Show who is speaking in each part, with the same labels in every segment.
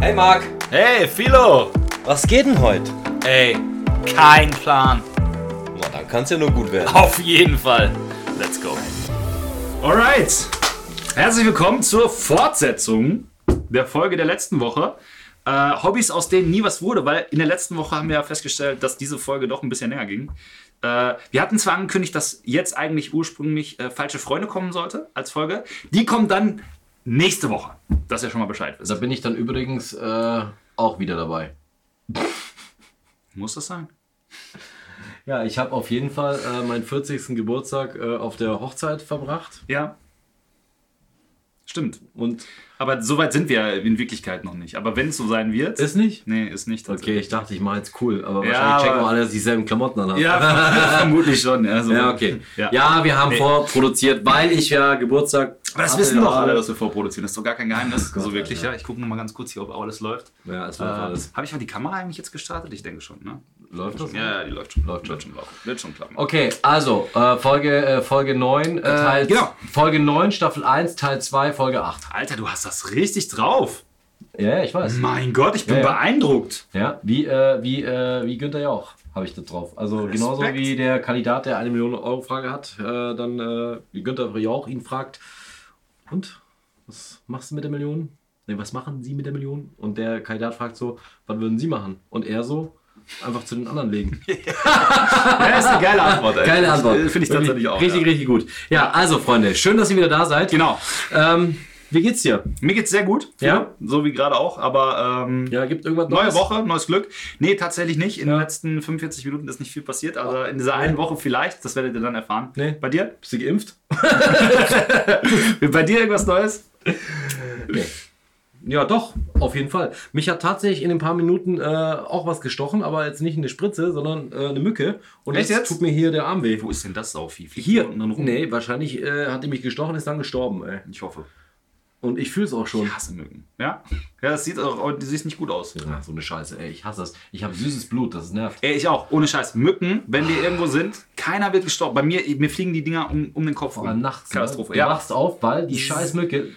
Speaker 1: Hey Marc,
Speaker 2: Hey, Philo!
Speaker 1: was geht denn heute?
Speaker 2: Ey, kein Plan.
Speaker 1: Na, dann kann's ja nur gut werden.
Speaker 2: Auf jeden Fall. Let's go.
Speaker 3: Alright. Herzlich willkommen zur Fortsetzung der Folge der letzten Woche. Äh, Hobbys, aus denen nie was wurde, weil in der letzten Woche haben wir ja festgestellt, dass diese Folge doch ein bisschen länger ging. Äh, wir hatten zwar angekündigt, dass jetzt eigentlich ursprünglich äh, falsche Freunde kommen sollte als Folge. Die kommen dann nächste Woche. Dass ihr schon mal Bescheid wisst.
Speaker 4: Da Also bin ich dann übrigens äh, auch wieder dabei.
Speaker 3: Muss das sein?
Speaker 4: Ja, ich habe auf jeden Fall äh, meinen 40. Geburtstag äh, auf der Hochzeit verbracht.
Speaker 3: Ja. Stimmt.
Speaker 4: Und
Speaker 3: Aber so weit sind wir in Wirklichkeit noch nicht. Aber wenn es so sein wird.
Speaker 4: ist nicht?
Speaker 3: nee, ist nicht.
Speaker 4: Okay, ich dachte, ich mache jetzt cool, aber
Speaker 3: Ja,
Speaker 4: wahrscheinlich checken wir
Speaker 3: aber-
Speaker 4: alle, dass ich dieselben Klamotten an habe.
Speaker 3: Ja, vermutlich schon. Ja, so.
Speaker 4: Ja, okay.
Speaker 3: Ja.
Speaker 4: Ja, wir haben vorproduziert, weil ich ja Geburtstag.
Speaker 3: Aber das
Speaker 4: hatte,
Speaker 3: wissen doch
Speaker 4: ja.
Speaker 3: alle, dass wir vorproduzieren. Das ist doch gar kein Geheimnis.
Speaker 4: Oh Gott,
Speaker 3: so wirklich,
Speaker 4: Alter.
Speaker 3: ja. Ich gucke nur mal ganz kurz hier, ob alles läuft.
Speaker 4: Ja, es
Speaker 3: Äh,
Speaker 4: läuft alles.
Speaker 3: Habe ich mal die Kamera eigentlich jetzt gestartet? Ich denke schon, ne?
Speaker 4: Läuft das?
Speaker 3: Ja, ja, die läuft schon.
Speaker 4: Läuft
Speaker 3: wird
Speaker 4: schon.
Speaker 3: laufen. Wird schon klappen.
Speaker 4: Okay, also äh, Folge, äh, Folge 9, äh, Teil,
Speaker 3: genau.
Speaker 4: Folge 9, Staffel 1, Teil 2, Folge 8.
Speaker 3: Alter, du hast das richtig drauf.
Speaker 4: Ja, ich weiß.
Speaker 3: Mein Gott, ich bin
Speaker 4: Ja, ja.
Speaker 3: beeindruckt.
Speaker 4: Ja, wie, äh, wie, äh, wie Günther Jauch habe ich da drauf. Also genauso
Speaker 3: Respekt.
Speaker 4: wie der Kandidat, der eine Million Euro Frage hat, äh, dann äh, wie Günther Jauch ihn fragt, und, was machst du mit der Million? Nee, was machen Sie mit der Million? Und der Kandidat fragt so, was würden Sie machen? Und er so, einfach zu den anderen legen.
Speaker 3: Das ist eine geile Antwort, ey.
Speaker 4: Geile Antwort.
Speaker 3: Finde ich
Speaker 4: Wirklich
Speaker 3: tatsächlich auch.
Speaker 4: Richtig,
Speaker 3: ja.
Speaker 4: richtig gut. Ja, also Freunde, schön, dass ihr wieder da seid.
Speaker 3: Genau.
Speaker 4: Ähm, wie geht's dir?
Speaker 3: Mir geht's sehr gut.
Speaker 4: Ja.
Speaker 3: So wie gerade auch, aber. Ähm,
Speaker 4: Ja, gibt irgendwas
Speaker 3: Neue
Speaker 4: Neues?
Speaker 3: Woche, neues Glück. Nee, tatsächlich nicht. In den letzten 45 Minuten ist nicht viel passiert. Also in dieser einen Woche vielleicht, das werdet ihr dann erfahren.
Speaker 4: Nee.
Speaker 3: Bei dir?
Speaker 4: Bist du geimpft?
Speaker 3: Bei dir irgendwas Neues?
Speaker 4: Ja, doch, auf jeden Fall. Mich hat tatsächlich in ein paar Minuten äh, auch was gestochen, aber jetzt nicht eine Spritze, sondern äh, eine Mücke. Und
Speaker 3: Echt
Speaker 4: jetzt,
Speaker 3: jetzt?
Speaker 4: tut mir hier der Arm weh.
Speaker 3: Wo ist denn das Sauvieh? Fliegt
Speaker 4: Hier,
Speaker 3: die unten drin rum?
Speaker 4: nee, wahrscheinlich äh, hat die mich gestochen, ist dann gestorben, ey.
Speaker 3: Ich hoffe.
Speaker 4: Und ich fühle es auch schon.
Speaker 3: Ich hasse Mücken. Ja? Ja, das sieht auch, du siehst nicht gut aus.
Speaker 4: Ja, so eine Scheiße, ey, ich hasse das. Ich habe süßes Blut, das nervt.
Speaker 3: Ey, ich auch. Ohne Scheiß. Mücken, wenn wir irgendwo sind, keiner wird gestorben. Bei mir, mir fliegen die Dinger um, um den Kopf.
Speaker 4: Vor allem nachts. ne?
Speaker 3: Katastrophe.
Speaker 4: Du
Speaker 3: Ja.
Speaker 4: wachst auf, weil die scheiß Mücke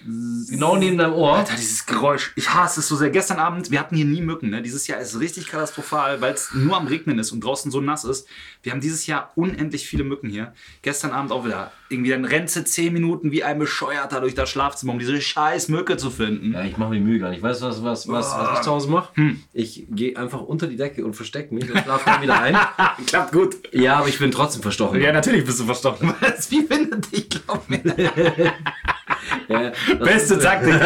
Speaker 4: genau neben deinem Ohr.
Speaker 3: Alter, dieses Geräusch. Ich hasse es so sehr. Gestern Abend, wir hatten hier nie Mücken. Ne? Dieses Jahr ist richtig katastrophal, weil es nur am Regnen ist und draußen so nass ist. Wir haben dieses Jahr unendlich viele Mücken hier. Gestern Abend auch wieder. Irgendwie dann rennst du 10 Minuten wie ein Bescheuerter durch das Schlafzimmer, um diese scheiß Mücke zu finden.
Speaker 4: Ja, ich mache mir Mühe gar nicht. Weißt du, was, was, was, was
Speaker 3: Ah.
Speaker 4: ich zu Hause mache?
Speaker 3: Hm.
Speaker 4: Ich gehe einfach unter die Decke und verstecke mich und schlafe dann wieder ein.
Speaker 3: Klappt gut.
Speaker 4: Ja, aber ich bin trotzdem verstochen. Ja,
Speaker 3: natürlich bist du verstochen. Wie findet dich, glaub mir.
Speaker 4: das
Speaker 3: Beste
Speaker 4: ist-
Speaker 3: Taktik.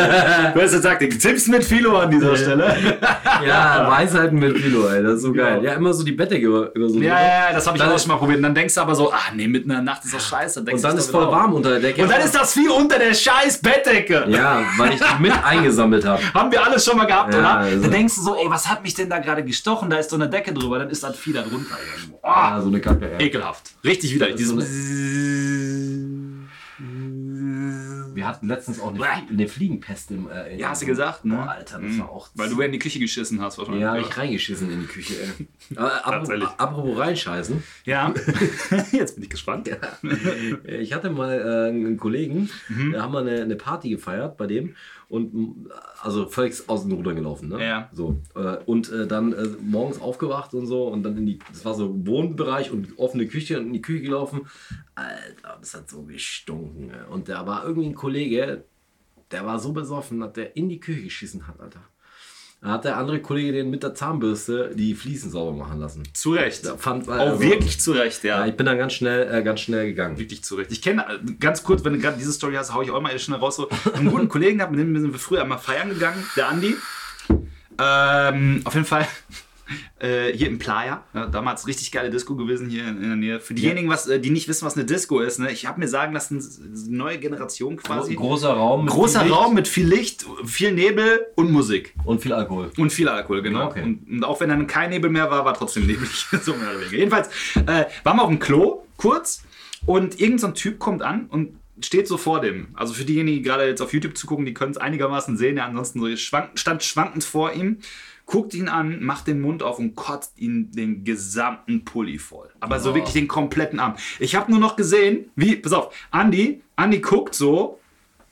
Speaker 3: Beste Taktik. Tipps mit Philo an dieser Stelle.
Speaker 4: Ja, Weisheiten mit Philo, ey. Das ist so geil.
Speaker 3: Ja.
Speaker 4: Ja, immer so die Bettdecke über, über so
Speaker 3: Genau. Ja, ja, ja, das habe ich
Speaker 4: Dann-
Speaker 3: auch schon mal probiert. Und dann denkst du aber so, ah nee, mitten in der Nacht ist das scheiße. Dann denkst
Speaker 4: Und dann
Speaker 3: du
Speaker 4: ist
Speaker 3: doch wieder
Speaker 4: voll
Speaker 3: auf.
Speaker 4: warm unter der Decke.
Speaker 3: Und dann ist das Vieh unter der scheiß Bettdecke.
Speaker 4: Ja, weil ich die mit eingesammelt habe.
Speaker 3: Haben wir alles schon mal gehabt,
Speaker 4: Ja,
Speaker 3: oder?
Speaker 4: also-
Speaker 3: Dann denkst du so, ey, was hat mich denn da gerade gestochen? Da ist so eine Decke drüber, dann ist das Vieh da drunter. irgendwo. Ah,
Speaker 4: Ah, so eine Kacke, ey.
Speaker 3: ekelhaft. Richtig widerlich.
Speaker 4: Das ist so
Speaker 3: Dieses
Speaker 4: Wir hatten letztens auch eine, Flie- eine Fliegenpest im. Äh, in-
Speaker 3: ja, hast du gesagt, ne?
Speaker 4: Boah, Alter, das war auch.
Speaker 3: Weil du in die Küche geschissen hast wahrscheinlich.
Speaker 4: ja, hab ich reingeschissen in die Küche, ey. Aber
Speaker 3: Tatsächlich.
Speaker 4: apropos, apropos reinscheißen.
Speaker 3: ja. jetzt bin ich gespannt.
Speaker 4: Ich hatte mal äh, einen Kollegen,
Speaker 3: Mhm.
Speaker 4: da haben wir eine, eine Party gefeiert bei dem und m, also völlig aus den Rudern gelaufen. Ne?
Speaker 3: Ja.
Speaker 4: So, äh, und äh, dann äh, morgens aufgewacht und so und dann in die, das war so Wohnbereich und offene Küche und in die Küche gelaufen. Alter, das hat so gestunken. ey. Und da war irgendwie ein Kollege, der war so besoffen, dass der in die Küche geschissen hat, Alter. Da hat der andere Kollege den mit der Zahnbürste die Fliesen sauber machen lassen.
Speaker 3: Zu Recht.
Speaker 4: Da fand, äh, also
Speaker 3: Auch Oh, wirklich zu Recht,
Speaker 4: Ja, ich bin dann ganz schnell, äh, ganz schnell gegangen.
Speaker 3: wirklich zurecht. Ich kenne, äh, ganz kurz, wenn du gerade diese Story hast, hau ich auch mal schnell raus. So, einen guten Kollegen gehabt, mit dem sind wir früher einmal feiern gegangen, der Andi. Ähm, auf jeden Fall äh, hier im Playa. Ja, damals richtig geile Disco gewesen hier in, in der Nähe. Für diejenigen, was, äh, die nicht wissen, was eine Disco ist, ne? ich habe mir sagen lassen, s- s- neue Generation quasi.
Speaker 4: Also Großer Raum. mit
Speaker 3: Großer
Speaker 4: viel Licht
Speaker 3: Raum mit viel Licht, viel Nebel und Musik.
Speaker 4: Und viel Alkohol.
Speaker 3: Und viel Alkohol, genau.
Speaker 4: Ja, okay.
Speaker 3: und, und auch wenn dann kein Nebel mehr war, war trotzdem neblig. so mehr oder weniger. Jedenfalls äh, waren wir auf dem Klo, kurz, und irgendein so ein Typ kommt an und steht so vor dem. Also für diejenigen, die gerade jetzt auf YouTube zugucken, die können es einigermaßen sehen. Ja, ansonsten so schwank, stand schwankend vor ihm, guckt ihn an, macht den Mund auf und kotzt ihn den gesamten Pulli voll. Aber so wirklich den kompletten Arm. Ich habe nur noch gesehen, wie, pass auf, Andi, Andi guckt so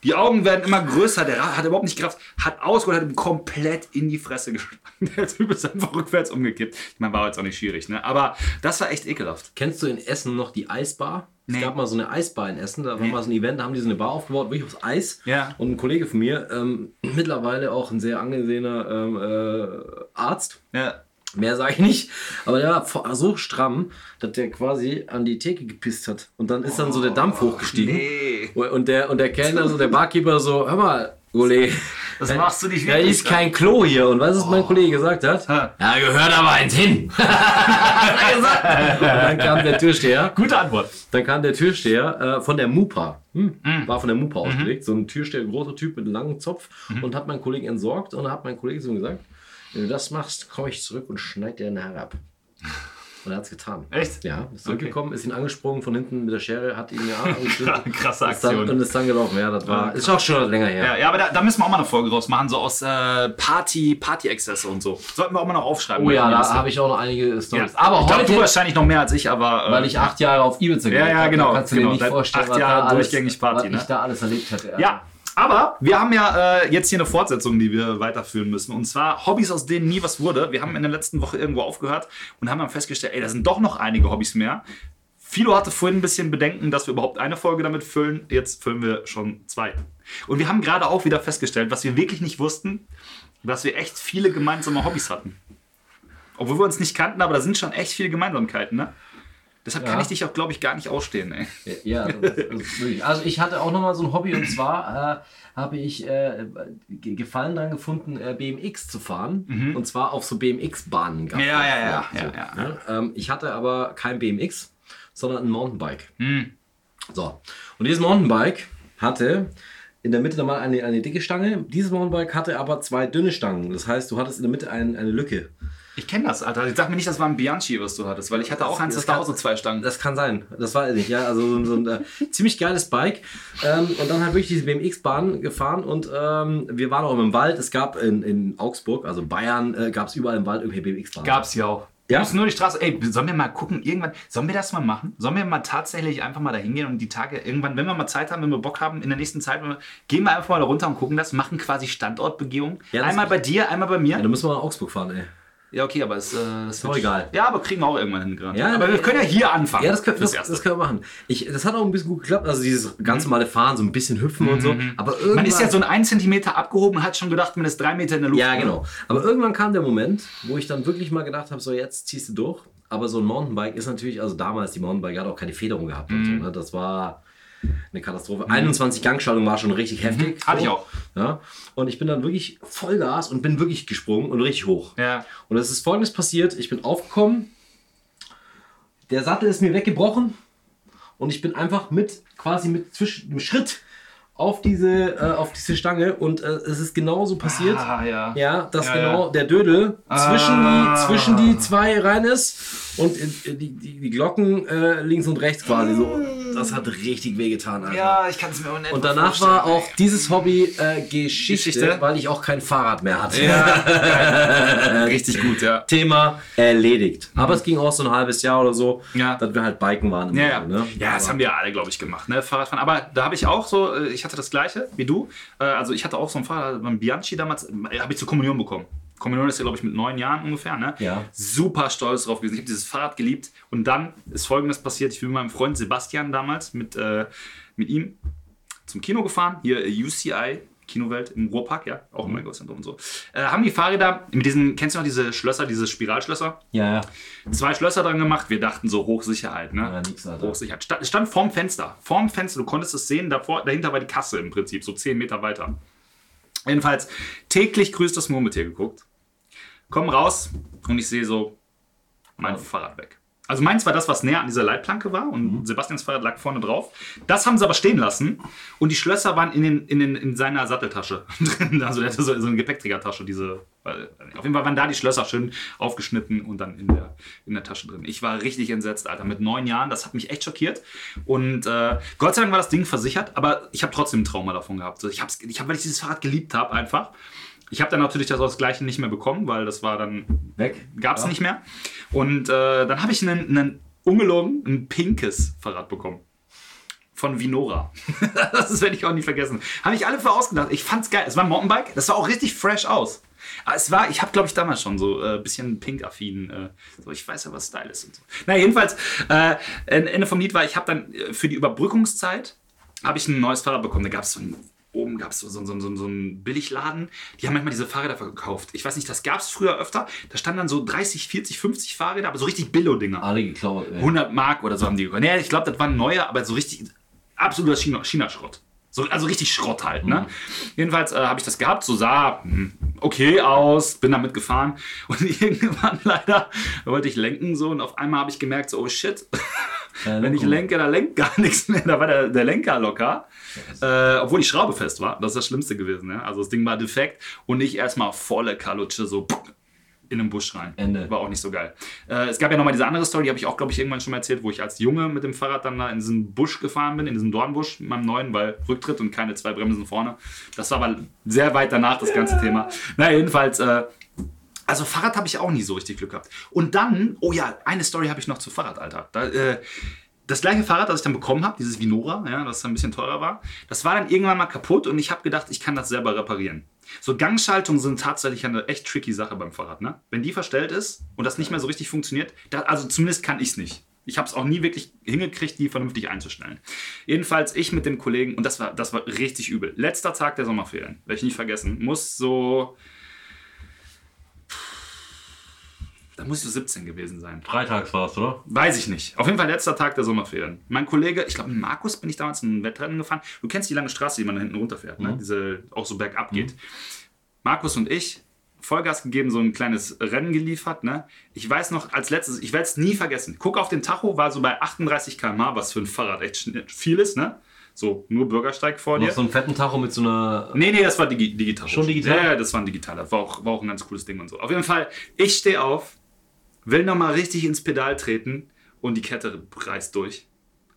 Speaker 3: Die Augen werden immer größer, der Ra- hat überhaupt nicht Kraft, hat ausgeholt, hat ihm komplett in die Fresse geschlagen. Der Typ ist einfach rückwärts umgekippt. Ich meine, war jetzt auch nicht schwierig, ne? Aber das war echt ekelhaft.
Speaker 4: Kennst du in Essen noch die Eisbar?
Speaker 3: Nee.
Speaker 4: Es gab mal so eine Eisbar in Essen, da war
Speaker 3: Nee.
Speaker 4: mal so ein Event, da haben die so eine Bar aufgebaut, wirklich aufs Eis.
Speaker 3: Ja.
Speaker 4: Und ein Kollege von mir, ähm, mittlerweile auch ein sehr angesehener ähm, äh, Arzt,
Speaker 3: Ja.
Speaker 4: Mehr sage ich nicht. Aber der war vo- so stramm, dass der quasi an die Theke gepisst hat. Und dann ist dann so der Dampf
Speaker 3: Hm?
Speaker 4: hochgestiegen.
Speaker 3: Oh, nee.
Speaker 4: Und der, und der Kellner, so der Barkeeper, so, hör mal, Kollege.
Speaker 3: Das machst du nicht ne?
Speaker 4: Da ist kein Klo hier. Und was ist mein Kollege gesagt hat?
Speaker 3: Ha.
Speaker 4: Ja, gehört aber eins hin. hat er gesagt. Und dann kam der Türsteher.
Speaker 3: Gute Antwort.
Speaker 4: Dann kam der Türsteher äh, von der Mupa. Hm. War von der Mupa
Speaker 3: Mhm.
Speaker 4: ausgelegt. So ein Türsteher, großer Typ mit einem langen Zopf und hat meinen Kollegen entsorgt und hat meinen Kollegen so gesagt, wenn du das machst, komme ich zurück und schneid dir den Haar ab. Und er hat es getan.
Speaker 3: Echt?
Speaker 4: Ja, ist zurückgekommen, ist ihn angesprungen von hinten mit der Schere, hat ihn ja
Speaker 3: Krasse
Speaker 4: ist dann,
Speaker 3: Aktion.
Speaker 4: und ist dann gelaufen. Ja, das war, ist auch schon länger her.
Speaker 3: Ah, Ja, ja, aber da, da müssen wir auch mal eine Folge draus machen, so aus äh, Party, Party-Exzesse und so. Sollten wir auch mal noch aufschreiben.
Speaker 4: Oh ja, da
Speaker 3: habe
Speaker 4: habe ich auch noch einige
Speaker 3: ja.
Speaker 4: Stories. Aber
Speaker 3: ich glaub,
Speaker 4: heute,
Speaker 3: du wahrscheinlich noch mehr als ich, aber. äh,
Speaker 4: weil ich acht Jahre auf Ibiza gelebt
Speaker 3: ja,
Speaker 4: habe, da
Speaker 3: genau,
Speaker 4: kannst du
Speaker 3: genau.
Speaker 4: dir nicht
Speaker 3: Seit
Speaker 4: vorstellen,
Speaker 3: acht
Speaker 4: was, da
Speaker 3: Jahre
Speaker 4: alles,
Speaker 3: durchgängig Party,
Speaker 4: was
Speaker 3: ne?
Speaker 4: ich da alles erlebt hatte.
Speaker 3: Ja, aber wir haben ja äh, jetzt hier eine Fortsetzung, die wir weiterführen müssen. Und zwar Hobbys, aus denen nie was wurde. Wir haben in der letzten Woche irgendwo aufgehört und haben dann festgestellt, ey, da sind doch noch einige Hobbys mehr. Philo hatte vorhin ein bisschen Bedenken, dass wir überhaupt eine Folge damit füllen. Jetzt füllen wir schon zwei. Und wir haben gerade auch wieder festgestellt, was wir wirklich nicht wussten, dass wir echt viele gemeinsame Hobbys hatten. Obwohl wir uns nicht kannten, aber da sind schon echt viele Gemeinsamkeiten, ne? Deshalb kann
Speaker 4: Ja.
Speaker 3: ich dich auch, glaube ich, gar nicht ausstehen, ey.
Speaker 4: Ja, das ist, das ist möglich. Also ich hatte auch nochmal so ein Hobby und zwar äh, habe ich äh, ge- Gefallen daran gefunden, äh, BMX zu fahren. Und zwar auf so BMX-Bahnen. gab es
Speaker 3: Mhm. Ja,
Speaker 4: das
Speaker 3: ja, ja,
Speaker 4: früher.
Speaker 3: ja,
Speaker 4: so, ne? Ähm, ich hatte aber kein BMX, sondern ein Mountainbike.
Speaker 3: Mhm.
Speaker 4: So. Und dieses Mountainbike hatte in der Mitte nochmal eine, eine dicke Stange. Dieses Mountainbike hatte aber zwei dünne Stangen. Das heißt, du hattest in der Mitte ein, eine Lücke.
Speaker 3: Ich kenne das, Alter. Ich sag mir nicht, das war ein Bianchi, was du hattest, weil ich hatte auch eins, das
Speaker 4: das
Speaker 3: da
Speaker 4: kann-
Speaker 3: auch so zwei Stangen.
Speaker 4: Das kann sein. Das weiß ich nicht. Ja, also so ein, so ein äh, ziemlich geiles Bike. Ähm, und dann halt wirklich diese BMX-Bahn gefahren und ähm, wir waren auch im Wald. Es gab in, in Augsburg, also Bayern, äh, gab es überall im Wald irgendwelche BMX-Bahnen.
Speaker 3: Gab's ja auch.
Speaker 4: Ja?
Speaker 3: Ja? Ist nur die Straße. Ey, sollen wir mal gucken, irgendwann, sollen wir das mal machen? Sollen wir mal tatsächlich einfach mal da hingehen und die Tage irgendwann, wenn wir mal Zeit haben, wenn wir Bock haben, in der nächsten Zeit, wenn wir, gehen wir einfach mal da runter und gucken das, machen quasi Standortbegehung.
Speaker 4: Ja, das
Speaker 3: einmal
Speaker 4: ist-
Speaker 3: bei dir, einmal bei mir.
Speaker 4: Ja, da müssen wir nach Augsburg fahren, ey.
Speaker 3: Ja, okay, aber es, äh, das
Speaker 4: doch egal.
Speaker 3: Ja, aber kriegen wir auch irgendwann hin gerade.
Speaker 4: Ja,
Speaker 3: aber wir
Speaker 4: äh,
Speaker 3: können ja hier anfangen.
Speaker 4: Ja, das können,
Speaker 3: fürs
Speaker 4: das,
Speaker 3: Erste. Mhm.
Speaker 4: das können wir machen. Ich, das hat auch ein bisschen gut geklappt. Also dieses ganz normale Fahren, so ein bisschen hüpfen und so. Aber irgendwann,
Speaker 3: Man ist ja so ein 1 cm abgehoben und hat schon gedacht, man ist drei Meter in der Luft. ne?
Speaker 4: Ja, genau. Aber irgendwann kam der Moment, wo ich dann wirklich mal gedacht habe, so jetzt ziehst du durch. Aber so ein Mountainbike ist natürlich, also damals, die Mountainbike hat auch keine Federung gehabt. Und so,
Speaker 3: Mhm.
Speaker 4: ne? Das war eine Katastrophe. 21 Gangschaltung war schon richtig heftig.
Speaker 3: Mhm. Hatte
Speaker 4: so.
Speaker 3: ich auch.
Speaker 4: Ja? Und ich bin dann wirklich Vollgas und bin wirklich gesprungen und richtig hoch.
Speaker 3: Ja.
Speaker 4: Und es ist folgendes passiert. Ich bin aufgekommen, der Sattel ist mir weggebrochen und ich bin einfach mit quasi mit zwischen dem Schritt auf diese, äh, auf diese Stange und äh, es ist genauso passiert.
Speaker 3: Ah, ja.
Speaker 4: Ja, dass
Speaker 3: Ja,
Speaker 4: genau der Dödel zwischen,
Speaker 3: Ah.
Speaker 4: die, zwischen die zwei rein ist und in, die, die, die Glocken äh, links und rechts quasi so. Das hat richtig wehgetan, Alter.
Speaker 3: Ja, ich kann es mir auch nicht
Speaker 4: Und danach war auch dieses Hobby äh, Geschichte,
Speaker 3: Geschichte?
Speaker 4: weil ich auch kein Fahrrad mehr hatte.
Speaker 3: richtig gut, ja.
Speaker 4: Thema erledigt. Aber es ging auch so ein halbes Jahr oder so,
Speaker 3: Ja.
Speaker 4: dass wir halt Biken waren. im
Speaker 3: Ja, ja.
Speaker 4: Sommer, ne?
Speaker 3: ja, das haben wir ja alle, glaube ich, gemacht, ne? Fahrradfahren. Aber da habe ich auch so, äh, ich hatte das gleiche wie du. Äh, Also ich hatte auch so ein Fahrrad, beim Bianchi damals, äh, habe ich zur Kommunion bekommen. Kommunion ist ja, glaube ich, mit neun Jahren ungefähr, ne?
Speaker 4: Ja.
Speaker 3: Super stolz drauf gewesen. Ich habe dieses Fahrrad geliebt. Und dann ist folgendes passiert. Ich bin mit meinem Freund Sebastian damals mit, äh, mit ihm zum Kino gefahren, hier äh, UCI, Kinowelt im Ruhrpark, ja, auch im Einkaufszentrum und so. Äh, haben die Fahrräder mit diesen, kennst du noch diese Schlösser, diese Spiralschlösser?
Speaker 4: Ja, ja.
Speaker 3: zwei Schlösser dran gemacht. Wir dachten so Hochsicherheit, ne?
Speaker 4: Ja, nix, Alter.
Speaker 3: Hochsicherheit. Stand, stand vorm Fenster. Vorm Fenster, du konntest es sehen, davor, dahinter war die Kasse im Prinzip, so 10 Meter weiter. Jedenfalls, täglich grüßt das Murmeltier geguckt. Komm raus und ich sehe so mein Fahrrad weg. Also meins war das, was näher an dieser Leitplanke war und Sebastians Fahrrad lag vorne drauf. Das haben sie aber stehen lassen und die Schlösser waren in, den, in, den, in seiner Satteltasche drin. Also der hatte so, so eine Gepäckträgertasche, diese. weil- Auf jeden Fall waren da die Schlösser schön aufgeschnitten und dann in der, in der Tasche drin. Ich war richtig entsetzt, Alter. Mit neun Jahren, das hat mich echt schockiert. Und äh, Gott sei Dank war das Ding versichert, aber ich habe trotzdem ein Trauma davon gehabt. So, Ich habe, ich hab, weil ich dieses Fahrrad geliebt habe, einfach. Ich habe dann natürlich das, das gleiche nicht mehr bekommen, weil das war dann
Speaker 4: Weg.
Speaker 3: gab es
Speaker 4: ja.
Speaker 3: nicht mehr. Und äh, dann habe ich einen, einen ungelogen, ein pinkes Fahrrad bekommen. von Vinora. das werde ich auch nie vergessen. Habe ich alle für ausgedacht. Ich fand's geil. Es war ein Mountainbike. Das sah auch richtig fresh aus. Aber es war, ich habe glaube ich damals schon so ein äh, bisschen pink-affin, äh, so ich weiß ja, was Style ist und so. Na jedenfalls, äh, Ende vom Lied war, ich habe dann äh, für die Überbrückungszeit, habe ich ein neues Fahrrad bekommen. Da gab es so ein, oben gab es so, so, so, so, so einen Billigladen. Die haben manchmal diese Fahrräder verkauft. Ich weiß nicht, das gab es früher öfter. Da standen dann so 30, 40, 50 Fahrräder, aber so richtig Billo-Dinger.
Speaker 4: Alle geklaut, ey.
Speaker 3: 100 Mark oder so haben die gekostet. Nee, ich glaube, das waren neue, aber so richtig absoluter China- China-Schrott. so, also richtig Schrott halt, ne? Jedenfalls äh, habe ich das gehabt, so sah hm, okay aus, bin damit gefahren und irgendwann leider wollte ich lenken so und auf einmal habe ich gemerkt, so, oh shit,
Speaker 4: Keine
Speaker 3: wenn ich
Speaker 4: Lenkung.
Speaker 3: lenke, da lenkt gar nichts mehr. Da war der, der Lenker locker. Äh, obwohl die Schraube fest war. Das ist das Schlimmste gewesen. Ne? Also das Ding war defekt und ich erstmal volle Kalutsche so in den Busch rein.
Speaker 4: Ende.
Speaker 3: War auch nicht so geil. Äh, es gab ja nochmal diese andere Story, die habe ich auch, glaube ich, irgendwann schon mal erzählt, wo ich als Junge mit dem Fahrrad dann da in diesen Busch gefahren bin, in diesen Dornbusch, mit meinem neuen, weil Rücktritt und keine zwei Bremsen vorne. Das war aber sehr weit danach, das ganze Thema. Na, jedenfalls. Äh, also Fahrrad habe ich auch nie so richtig Glück gehabt. Und dann, oh ja, eine Story habe ich noch zu Fahrrad, Alter. Da, äh, das gleiche Fahrrad, das ich dann bekommen habe, dieses Vinora, ja, das ein bisschen teurer war, das war dann irgendwann mal kaputt und ich habe gedacht, ich kann das selber reparieren. So Gangschaltungen sind tatsächlich eine echt tricky Sache beim Fahrrad, ne? Wenn die verstellt ist und das nicht mehr so richtig funktioniert, da, also zumindest kann ich es nicht. Ich habe es auch nie wirklich hingekriegt, die vernünftig einzustellen. Jedenfalls ich mit dem Kollegen, und das war, das war richtig übel. Letzter Tag der Sommerferien, werde ich nicht vergessen, muss so, da muss ich so 17 gewesen sein.
Speaker 5: Freitags warst, oder?
Speaker 3: Weiß ich nicht. Auf jeden Fall letzter Tag der Sommerferien. Mein Kollege, ich glaube, mit Markus bin ich damals in ein Wettrennen gefahren. Du kennst die lange Straße, die man da hinten runterfährt, ne? diese auch so bergab geht. Markus und ich, Vollgas gegeben, so ein kleines Rennen geliefert. Ne? Ich weiß noch, als letztes, ich werde es nie vergessen. Guck auf den Tacho, war so bei 38 km/h, was für ein Fahrrad echt schn- viel ist. Ne? So, nur Bürgersteig vor
Speaker 5: Du
Speaker 3: dir.
Speaker 5: hast so einen fetten Tacho mit so einer.
Speaker 3: Nee, nee, das war digi digital.
Speaker 5: Schon digital?
Speaker 3: Ja, ja, das war ein digitaler. War auch, war auch ein ganz cooles Ding und so. Auf jeden Fall, ich stehe auf, will nochmal richtig ins Pedal treten und die Kette reißt durch.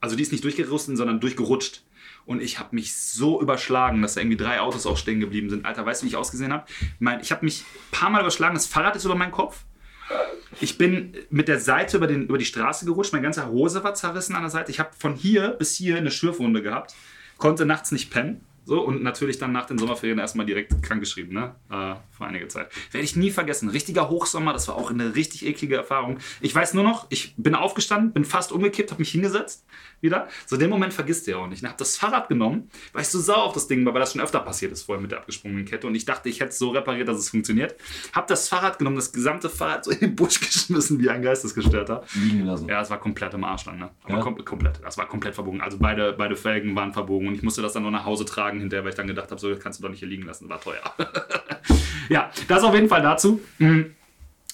Speaker 3: Also die ist nicht durchgerissen, sondern durchgerutscht. Und ich habe mich so überschlagen, dass da irgendwie drei Autos auch stehen geblieben sind. Alter, weißt du, wie ich ausgesehen habe? Mein, ich habe mich ein paar Mal überschlagen, das Fahrrad ist über meinen Kopf. Ich bin mit der Seite über, den, über die Straße gerutscht, meine ganze Hose war zerrissen an der Seite. Ich habe von hier bis hier eine Schürfwunde gehabt, konnte nachts nicht pennen. So, und natürlich dann nach den Sommerferien erstmal direkt krankgeschrieben, ne? Äh, vor einiger Zeit. Werde ich nie vergessen. Richtiger Hochsommer, das war auch eine richtig eklige Erfahrung. Ich weiß nur noch, ich bin aufgestanden, bin fast umgekippt, habe mich hingesetzt wieder. So, den Moment vergisst ihr auch nicht. Ich habe das Fahrrad genommen, weil ich so sauer auf das Ding war, weil das schon öfter passiert ist vorher mit der abgesprungenen Kette. Und ich dachte, ich hätte es so repariert, dass es funktioniert. Habe das Fahrrad genommen, das gesamte Fahrrad so in den Busch geschmissen, wie ein Geistesgestörter.
Speaker 4: liegen lassen.
Speaker 3: Ja, es war komplett im Arsch dann, ne? Aber
Speaker 4: Ja?
Speaker 3: kom komplett. Das war komplett verbogen. Also beide, beide Felgen waren verbogen und ich musste das dann noch nach Hause tragen hinterher, weil ich dann gedacht habe, so das kannst du doch nicht hier liegen lassen. War teuer. ja, das auf jeden Fall dazu. Mhm.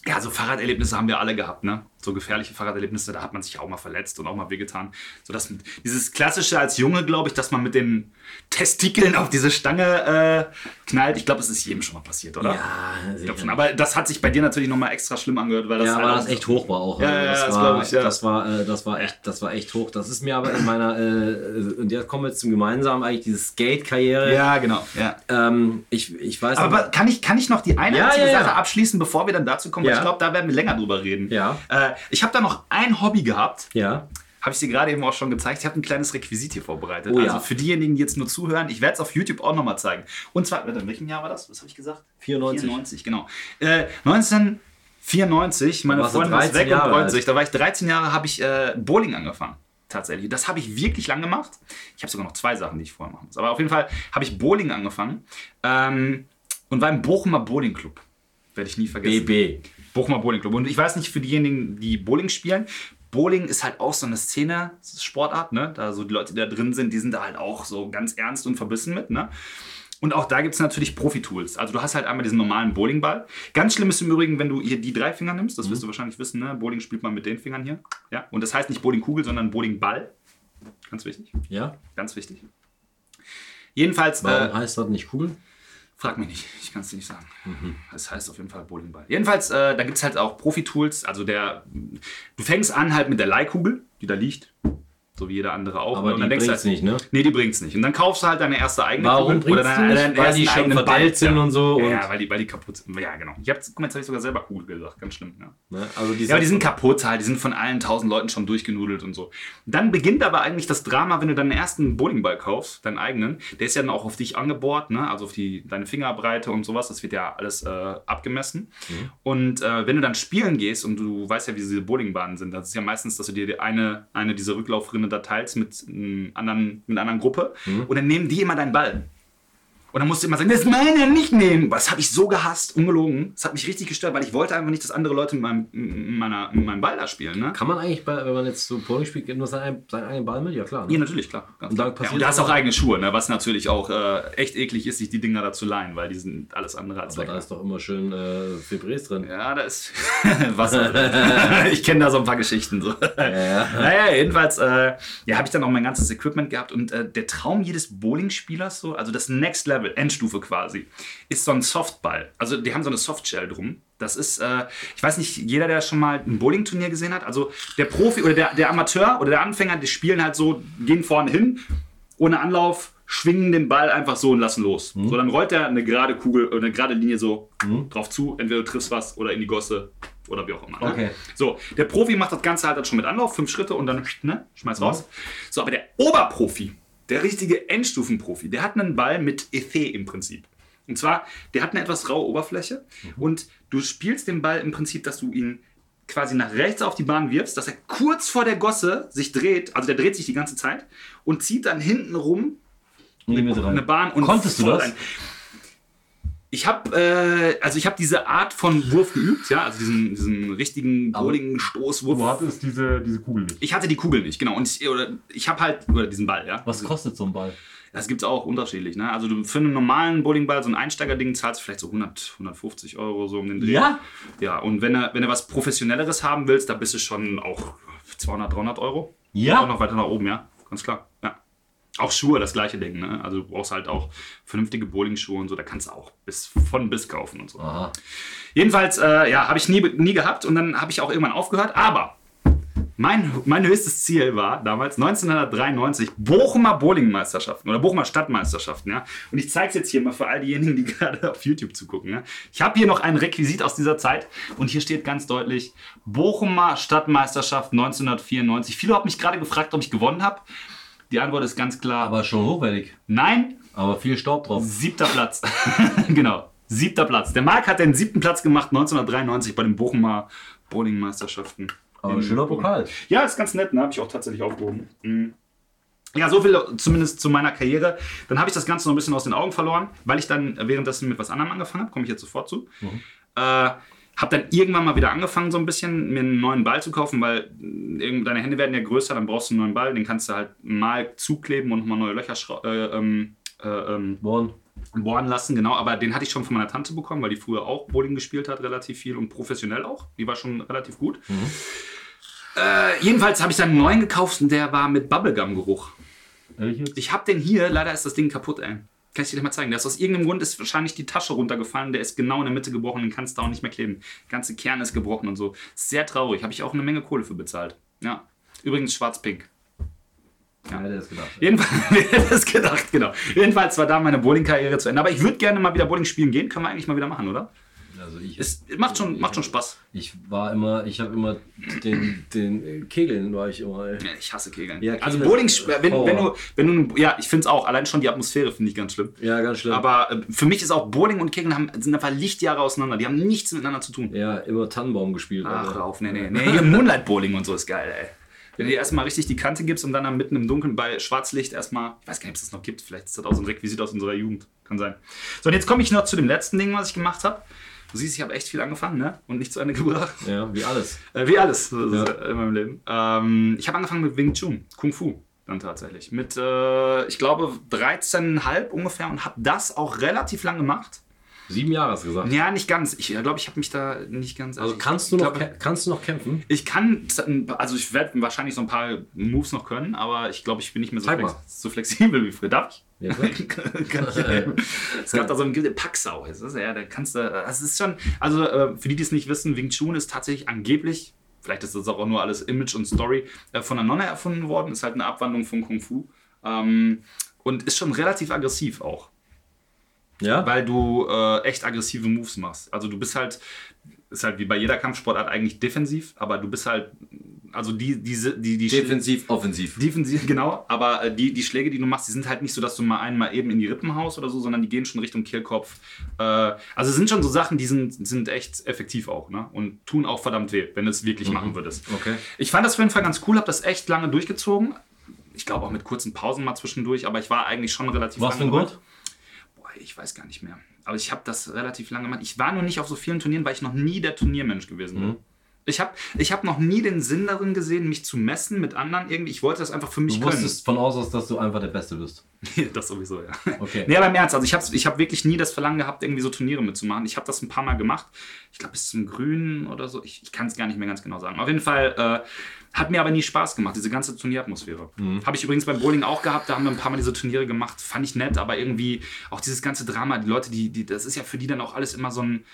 Speaker 3: Ja, so Fahrraderlebnisse haben wir alle gehabt, ne? So gefährliche Fahrraderlebnisse, da hat man sich auch mal verletzt und auch mal wehgetan. So das, dieses klassische als Junge, glaube ich, dass man mit den Testikeln auf diese Stange äh, knallt. Ich glaube, es ist jedem schon mal passiert, oder?
Speaker 4: Ja,
Speaker 3: Ich glaube
Speaker 4: sicher.
Speaker 3: schon. Aber das hat sich bei dir natürlich nochmal extra schlimm angehört, weil das
Speaker 4: ja,
Speaker 3: halt
Speaker 4: weil
Speaker 3: auch-
Speaker 4: das echt hoch war auch.
Speaker 3: Ja,
Speaker 4: Also
Speaker 3: ja,
Speaker 4: das,
Speaker 3: das
Speaker 4: war,
Speaker 3: glaub ich, ja.
Speaker 4: das war, äh, das war echt, das war echt hoch. Das ist mir aber in meiner, äh, und jetzt kommen wir zum gemeinsamen eigentlich diese Skate-Karriere.
Speaker 3: Ja, genau. Ja.
Speaker 4: Ähm, ich, ich weiß
Speaker 3: Aber
Speaker 4: noch-
Speaker 3: kann ich, kann ich noch die eine
Speaker 4: Ja,
Speaker 3: einzige
Speaker 4: ja, ja.
Speaker 3: Sache abschließen, bevor wir dann dazu kommen? Weil
Speaker 4: Ja.
Speaker 3: Ich glaube, da werden wir länger drüber reden.
Speaker 4: Ja.
Speaker 3: Äh, ich habe da noch ein Hobby gehabt,
Speaker 4: ja,
Speaker 3: habe ich dir gerade eben auch schon gezeigt. Ich habe ein kleines Requisit hier vorbereitet.
Speaker 4: Oh ja.
Speaker 3: also für diejenigen, die jetzt nur zuhören, ich werde es auf YouTube auch nochmal zeigen. Und zwar, warte, in welchem Jahr war das? Was habe ich gesagt?
Speaker 4: 94.
Speaker 3: 94, genau. Äh, 1994, meine
Speaker 4: warst du
Speaker 3: Freundin ist
Speaker 4: 13
Speaker 3: weg
Speaker 4: Jahre
Speaker 3: und freut
Speaker 4: alt.
Speaker 3: sich. Da war ich 13 Jahre, habe ich äh, Bowling angefangen. Tatsächlich. Das habe ich wirklich lang gemacht. Ich habe sogar noch zwei Sachen, die ich vorher machen muss. Aber auf jeden Fall habe ich Bowling angefangen. Ähm, und war im Bochumer Bowling Club. Werde ich nie vergessen.
Speaker 4: BB.
Speaker 3: Bochumer Bowling Club. Und ich weiß nicht, für diejenigen, die Bowling spielen, Bowling ist halt auch so eine Szene, Sportart, ne? Da so die Leute, die da drin sind, die sind da halt auch so ganz ernst und verbissen mit, ne? Und auch da gibt es natürlich Profi-Tools. Also du hast halt einmal diesen normalen Bowlingball. Ganz schlimm ist im Übrigen, wenn du hier die drei Finger nimmst, das wirst du wahrscheinlich wissen, ne? Bowling spielt man mit den Fingern hier. Ja? Und das heißt nicht Bowlingkugel, sondern Bowlingball. Ganz wichtig.
Speaker 4: Ja.
Speaker 3: Ganz wichtig. Jedenfalls. äh,
Speaker 4: Warum heißt das nicht Kugel?
Speaker 3: Frag mich nicht, ich kann es dir nicht sagen.
Speaker 4: Mhm.
Speaker 3: Das heißt auf jeden Fall Bowlingball. Jedenfalls, äh, da gibt es halt auch Profi-Tools. Also der, du fängst an halt mit der Leihkugel, die da liegt. So wie jeder andere auch.
Speaker 4: Aber
Speaker 3: und
Speaker 4: die
Speaker 3: dann denkst du halt,
Speaker 4: bringt's nicht, ne?
Speaker 3: Nee, die bringt's nicht. Und dann kaufst du halt deine erste eigene
Speaker 4: Warum
Speaker 3: Kugel
Speaker 4: bringt's die nicht?
Speaker 3: deinen
Speaker 4: Weil
Speaker 3: ersten
Speaker 4: die schon
Speaker 3: eigenen
Speaker 4: verteilt
Speaker 3: Ball.
Speaker 4: sind
Speaker 3: ja.
Speaker 4: und so
Speaker 3: Ja,
Speaker 4: und-
Speaker 3: ja, weil, die, weil die kaputt sind. Ja, genau. Ich hab, guck mal, jetzt habe ich sogar selber Kugel gesagt. Ganz schlimm. Ja.
Speaker 4: ne? Also
Speaker 3: Ja, aber die sind kaputt halt, die sind von allen tausend Leuten schon durchgenudelt und so. Dann beginnt aber eigentlich das Drama, wenn du deinen ersten Bowlingball kaufst, deinen eigenen. Der ist ja dann auch auf dich angebohrt, ne? also auf die, deine Fingerbreite und sowas. Das wird ja alles äh, abgemessen. Und äh, wenn du dann spielen gehst und du weißt ja, wie diese Bowlingbahnen sind, das ist ja meistens, dass du dir die eine, eine dieser Rücklaufrinne da teilst mit, einem anderen, mit einer anderen Gruppe und dann nehmen die immer deinen Ball. Und dann musste immer sagen, das ist meine nicht nehmen. Boah, Das habe ich so gehasst, ungelogen. Das hat mich richtig gestört, weil ich wollte einfach nicht, dass andere Leute mit meinem, mit meiner, mit meinem Ball da spielen. Ne?
Speaker 4: Kann man eigentlich, bei, wenn man jetzt so Bowling spielt, nur seinen, seinen eigenen Ball mit? Ja, klar. Ne?
Speaker 3: Ja, natürlich, klar. Ganz
Speaker 4: Und
Speaker 3: klar.
Speaker 4: dann passiert
Speaker 3: ja, und da hast du
Speaker 4: das
Speaker 3: auch eigene Schuhe, ne? was natürlich auch äh, echt eklig ist, sich die Dinger da zu leihen, weil die sind alles andere als
Speaker 4: Aber da
Speaker 3: lecker.
Speaker 4: ist doch immer schön äh, Fibres drin.
Speaker 3: Ja, da ist Wasser. drin. ich kenne da so ein paar Geschichten. So. Naja, jedenfalls äh, ja, habe ich dann auch mein ganzes Equipment gehabt und äh, der Traum jedes Bowling-Spielers, so, also das Next Level, Endstufe quasi, ist so ein Softball. Also die haben so eine Softshell drum. Das ist, äh, ich weiß nicht, jeder, der schon mal ein Bowling-Turnier gesehen hat, also der Profi oder der, der Amateur oder der Anfänger, die spielen halt so, gehen vorne hin, ohne Anlauf, schwingen den Ball einfach so und lassen los. So, dann rollt er eine gerade Kugel oder eine gerade Linie so drauf zu, entweder du triffst was oder in die Gosse oder wie auch immer. Ne?
Speaker 5: Okay.
Speaker 3: So, der Profi macht das Ganze halt dann schon mit Anlauf, fünf Schritte und dann ne, schmeißt
Speaker 5: Mhm.
Speaker 3: raus. So, aber der Oberprofi, der richtige Endstufenprofi, der hat einen Ball mit Effet im Prinzip. Und zwar, der hat eine etwas raue Oberfläche
Speaker 5: Mhm.
Speaker 3: und du spielst den Ball im Prinzip, dass du ihn quasi nach rechts auf die Bahn wirfst, dass er kurz vor der Gosse sich dreht, also der dreht sich die ganze Zeit und zieht dann hinten rum
Speaker 5: in die Mitte rein.
Speaker 3: eine Bahn und
Speaker 5: Konntest du
Speaker 3: voll
Speaker 5: das?
Speaker 3: ein- Ich habe äh, also ich habe diese Art von Wurf geübt, ja, also diesen, diesen richtigen bowligen Stoßwurf.
Speaker 5: Du hattest diese, diese Kugel nicht.
Speaker 3: Ich hatte die Kugel nicht, genau. Und ich, oder, ich habe halt oder diesen Ball, ja.
Speaker 5: Was kostet so ein Ball?
Speaker 3: Das gibt's auch unterschiedlich, ne? Also du, für einen normalen Bowlingball, so ein Einsteigerding, zahlst du vielleicht so 100, 150 Euro so um den Dreh.
Speaker 5: Ja?
Speaker 3: Ja. Und wenn du wenn du was professionelleres haben willst, da bist du schon auch 200, 300 Euro.
Speaker 5: Ja.
Speaker 3: Auch noch weiter nach oben, ja. Ganz klar. Ja. Auch Schuhe, das gleiche Ding, ne? Also du brauchst halt auch vernünftige Bowlingschuhe und so, da kannst du auch bis von bis kaufen und so.
Speaker 5: Aha.
Speaker 3: Jedenfalls, äh, ja, habe ich nie, nie gehabt und dann habe ich auch irgendwann aufgehört. Aber mein, mein höchstes Ziel war damals 1993 Bochumer Bowlingmeisterschaften oder Bochumer Stadtmeisterschaften. Ja? Und ich zeige es jetzt hier mal für all diejenigen, die gerade auf YouTube zugucken. Ja? Ich habe hier noch ein Requisit aus dieser Zeit und hier steht ganz deutlich Bochumer Stadtmeisterschaft 1994. Viele haben mich gerade gefragt, ob ich gewonnen habe. Die Antwort ist ganz klar,
Speaker 5: Aber schon hochwertig.
Speaker 3: nein,
Speaker 5: Aber viel Staub drauf.
Speaker 3: Siebter Platz. genau. Siebter Platz. Der Marc hat den siebten Platz gemacht 1993 bei den Bochumer Bowlingmeisterschaften.
Speaker 5: Aber
Speaker 3: In
Speaker 5: schöner
Speaker 3: Bochum.
Speaker 5: Pokal.
Speaker 3: Ja, ist ganz nett, ne? Habe ich auch tatsächlich aufgehoben. Mhm. Ja, so viel zumindest zu meiner Karriere. Dann habe ich das Ganze noch ein bisschen aus den Augen verloren, weil ich dann währenddessen mit was anderem angefangen habe. Komme ich jetzt sofort zu. Äh, habe dann irgendwann mal wieder angefangen, so ein bisschen mir einen neuen Ball zu kaufen, weil mh, irgend- deine Hände werden ja größer, dann brauchst du einen neuen Ball. Den kannst du halt mal zukleben und nochmal neue Löcher schrau- äh, ähm, äh, ähm,
Speaker 5: Born.
Speaker 3: bohren lassen, genau. Aber den hatte ich schon von meiner Tante bekommen, weil die früher auch Bowling gespielt hat, relativ viel und professionell auch. Die war schon relativ gut. Äh, jedenfalls habe ich dann einen neuen gekauft und der war mit Bubblegum-Geruch.
Speaker 5: Ehrlich jetzt?
Speaker 3: Ich habe den hier, leider ist das Ding kaputt, ey. Kann ich dir gleich mal zeigen. Der ist aus irgendeinem Grund ist wahrscheinlich die Tasche runtergefallen. Der ist genau in der Mitte gebrochen, den kannst du auch nicht mehr kleben. Der ganze Kern ist gebrochen und so. Sehr traurig. Habe ich auch eine Menge Kohle für bezahlt. Ja. Übrigens schwarz-pink.
Speaker 4: Ja, hätte das gedacht.
Speaker 3: Jedenfalls, wer hätte das gedacht, genau. Jedenfalls war da meine Bowling-Karriere zu Ende. Aber ich würde gerne mal wieder Bowling spielen gehen. Können wir eigentlich mal wieder machen, oder?
Speaker 4: Also ich,
Speaker 3: Es macht schon, macht schon Spaß.
Speaker 4: ich war immer, ich habe immer den, den äh, Kegeln war ich immer. ey.
Speaker 3: Ich hasse Kegeln.
Speaker 4: Ja,
Speaker 3: also
Speaker 4: Kegeln
Speaker 3: Bowling,
Speaker 4: ist, äh,
Speaker 3: wenn, wenn du,
Speaker 4: Horror.
Speaker 3: wenn du, ja, ich finde es auch. Allein schon die Atmosphäre finde ich ganz schlimm.
Speaker 4: Ja, ganz schlimm.
Speaker 3: Aber äh, für mich ist auch Bowling und Kegeln haben, sind einfach Lichtjahre auseinander. Die haben nichts miteinander zu tun.
Speaker 4: ja, immer Tannenbaum gespielt.
Speaker 3: Ach,
Speaker 4: Alter.
Speaker 3: rauf, nee, nee, nee. Hier Moonlight Bowling und so ist geil, ey. Wenn du dir erstmal richtig die Kante gibst und dann am- mitten im Dunkeln bei Schwarzlicht erstmal, ich weiß gar nicht, ob es das noch gibt, vielleicht ist das auch so ein Requisit aus unserer Jugend. Kann sein. So, und jetzt komme ich noch zu dem letzten Ding, was ich gemacht habe. Du siehst, ich habe echt viel angefangen, ne? Und nicht zu Ende gebracht.
Speaker 4: Ja, wie alles.
Speaker 3: Äh, wie alles so ist es in meinem Leben. Ähm, ich habe angefangen mit Wing Chun, Kung Fu dann tatsächlich. Mit, äh, ich glaube, 13,5 ungefähr und habe das auch relativ lang gemacht.
Speaker 4: Sieben Jahre hast du gesagt.
Speaker 3: Ja, nicht ganz. Ich glaube, ich habe mich da nicht ganz...
Speaker 4: Also
Speaker 3: ich
Speaker 4: kannst du, noch,
Speaker 3: glaube-
Speaker 4: kä- kannst du noch kämpfen?
Speaker 3: ich kann, also ich werde wahrscheinlich so ein paar Moves noch können, aber ich glaube, ich bin nicht mehr so,
Speaker 4: Zeig
Speaker 3: flex
Speaker 4: mal.
Speaker 3: so flexibel wie früher. Darf ich?
Speaker 4: Ja, klar.
Speaker 3: kann ich es gab da so einen Gilde Packsau. äh, Das ist, ja, da kannst du, das ist schon, also äh, für die, die es nicht wissen, Wing Chun ist tatsächlich angeblich vielleicht ist das auch nur alles Image und Story, äh, von einer Nonne erfunden worden. Ist halt eine Abwandlung von Kung Fu. Ähm, und ist schon relativ aggressiv auch
Speaker 4: Ja?
Speaker 3: weil du äh, echt aggressive Moves machst. Also du bist halt, ist halt wie bei jeder Kampfsportart eigentlich defensiv, aber du bist halt, also die, diese, die, die Schlä-
Speaker 4: Defensiv, offensiv.
Speaker 3: Defensiv, genau, aber äh, die, die Schläge, die du machst, die sind halt nicht so, dass du mal einen mal eben in die Rippen haust oder so, sondern die gehen schon Richtung Kehlkopf. Äh, also es sind schon so Sachen, die sind, sind echt effektiv auch, ne? Und tun auch verdammt weh, wenn du es wirklich machen würdest.
Speaker 4: Okay.
Speaker 3: Ich fand das auf jeden Fall ganz cool, habe das echt lange durchgezogen. Ich glaube auch mit kurzen Pausen mal zwischendurch, aber ich war eigentlich schon relativ
Speaker 5: Was für ein
Speaker 3: dabei.
Speaker 5: Gott?
Speaker 3: Boah, ich weiß gar nicht mehr. Aber ich habe das relativ lange gemacht. Ich war nur nicht auf so vielen Turnieren, weil ich noch nie der Turniermensch gewesen
Speaker 5: Mhm.
Speaker 3: bin. Ich habe ich hab noch nie den Sinn darin gesehen, mich zu messen mit anderen irgendwie. Ich wollte das einfach für mich
Speaker 5: Du
Speaker 3: können.
Speaker 5: wusstest von aus aus, dass du einfach der Beste bist.
Speaker 3: das sowieso, ja.
Speaker 5: Okay.
Speaker 3: Nee, aber im Ernst, also ich habe ich hab wirklich nie das Verlangen gehabt, irgendwie so Turniere mitzumachen. Ich habe das ein paar Mal gemacht. Ich glaube, bis zum Grünen oder so. Ich, ich kann es gar nicht mehr ganz genau sagen. Auf jeden Fall äh, hat mir aber nie Spaß gemacht, diese ganze Turnieratmosphäre. Habe ich übrigens beim Bowling auch gehabt. Da haben wir ein paar Mal diese Turniere gemacht. Fand ich nett, aber irgendwie auch dieses ganze Drama, die Leute, die, die das ist ja für die dann auch alles immer so ein.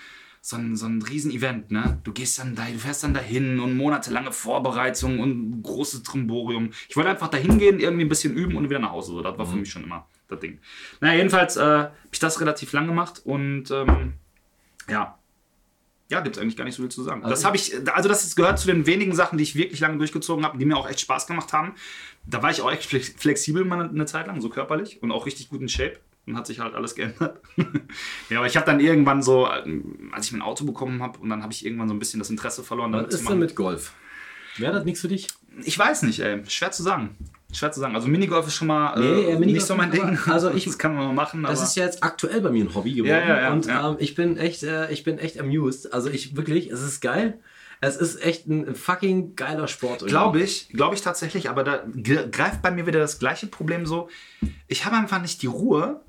Speaker 3: So ein, so ein Riesen-Event, ne? Du gehst dann dahin, du fährst dann dahin und monatelange Vorbereitung und großes Trimborium. Ich wollte einfach dahin gehen, irgendwie ein bisschen üben und wieder nach Hause. So, das war für mich schon immer das Ding. Naja, jedenfalls äh, habe ich das relativ lang gemacht und ähm, ja. Ja, gibt es eigentlich gar nicht so viel zu sagen. das habe ich, also das ist, gehört zu den wenigen Sachen, die ich wirklich lange durchgezogen habe, die mir auch echt Spaß gemacht haben. Da war ich auch echt flex- flexibel mal eine Zeit lang, so körperlich und auch richtig gut in Shape. Dann hat sich halt alles geändert. ja, aber ich habe dann irgendwann so, ähm, als ich mein Auto bekommen habe und dann habe ich irgendwann so ein bisschen das Interesse verloren.
Speaker 4: Was
Speaker 3: damit zu
Speaker 4: ist denn
Speaker 3: machen.
Speaker 4: mit Golf? Wäre das nichts für dich?
Speaker 3: Ich weiß nicht, ey. Schwer zu sagen. Schwer zu sagen. Also Minigolf ist schon mal
Speaker 4: Nee,
Speaker 3: äh,
Speaker 4: ja, Minigolf
Speaker 3: nicht so mein
Speaker 4: ist
Speaker 3: Ding.
Speaker 4: aber- also ich-
Speaker 3: das kann man mal machen.
Speaker 4: Das
Speaker 3: aber
Speaker 4: ist ja jetzt aktuell bei mir ein Hobby geworden.
Speaker 3: Ja, ja, ja,
Speaker 4: und
Speaker 3: ja.
Speaker 4: Ähm, ich bin echt, äh, ich bin echt amused. Also ich wirklich, es ist geil. Es ist echt ein fucking geiler Sport. irgendwie.
Speaker 3: Glaube ich, glaube ich tatsächlich, aber da ge- greift bei mir wieder das gleiche Problem so. Ich habe einfach nicht die Ruhe,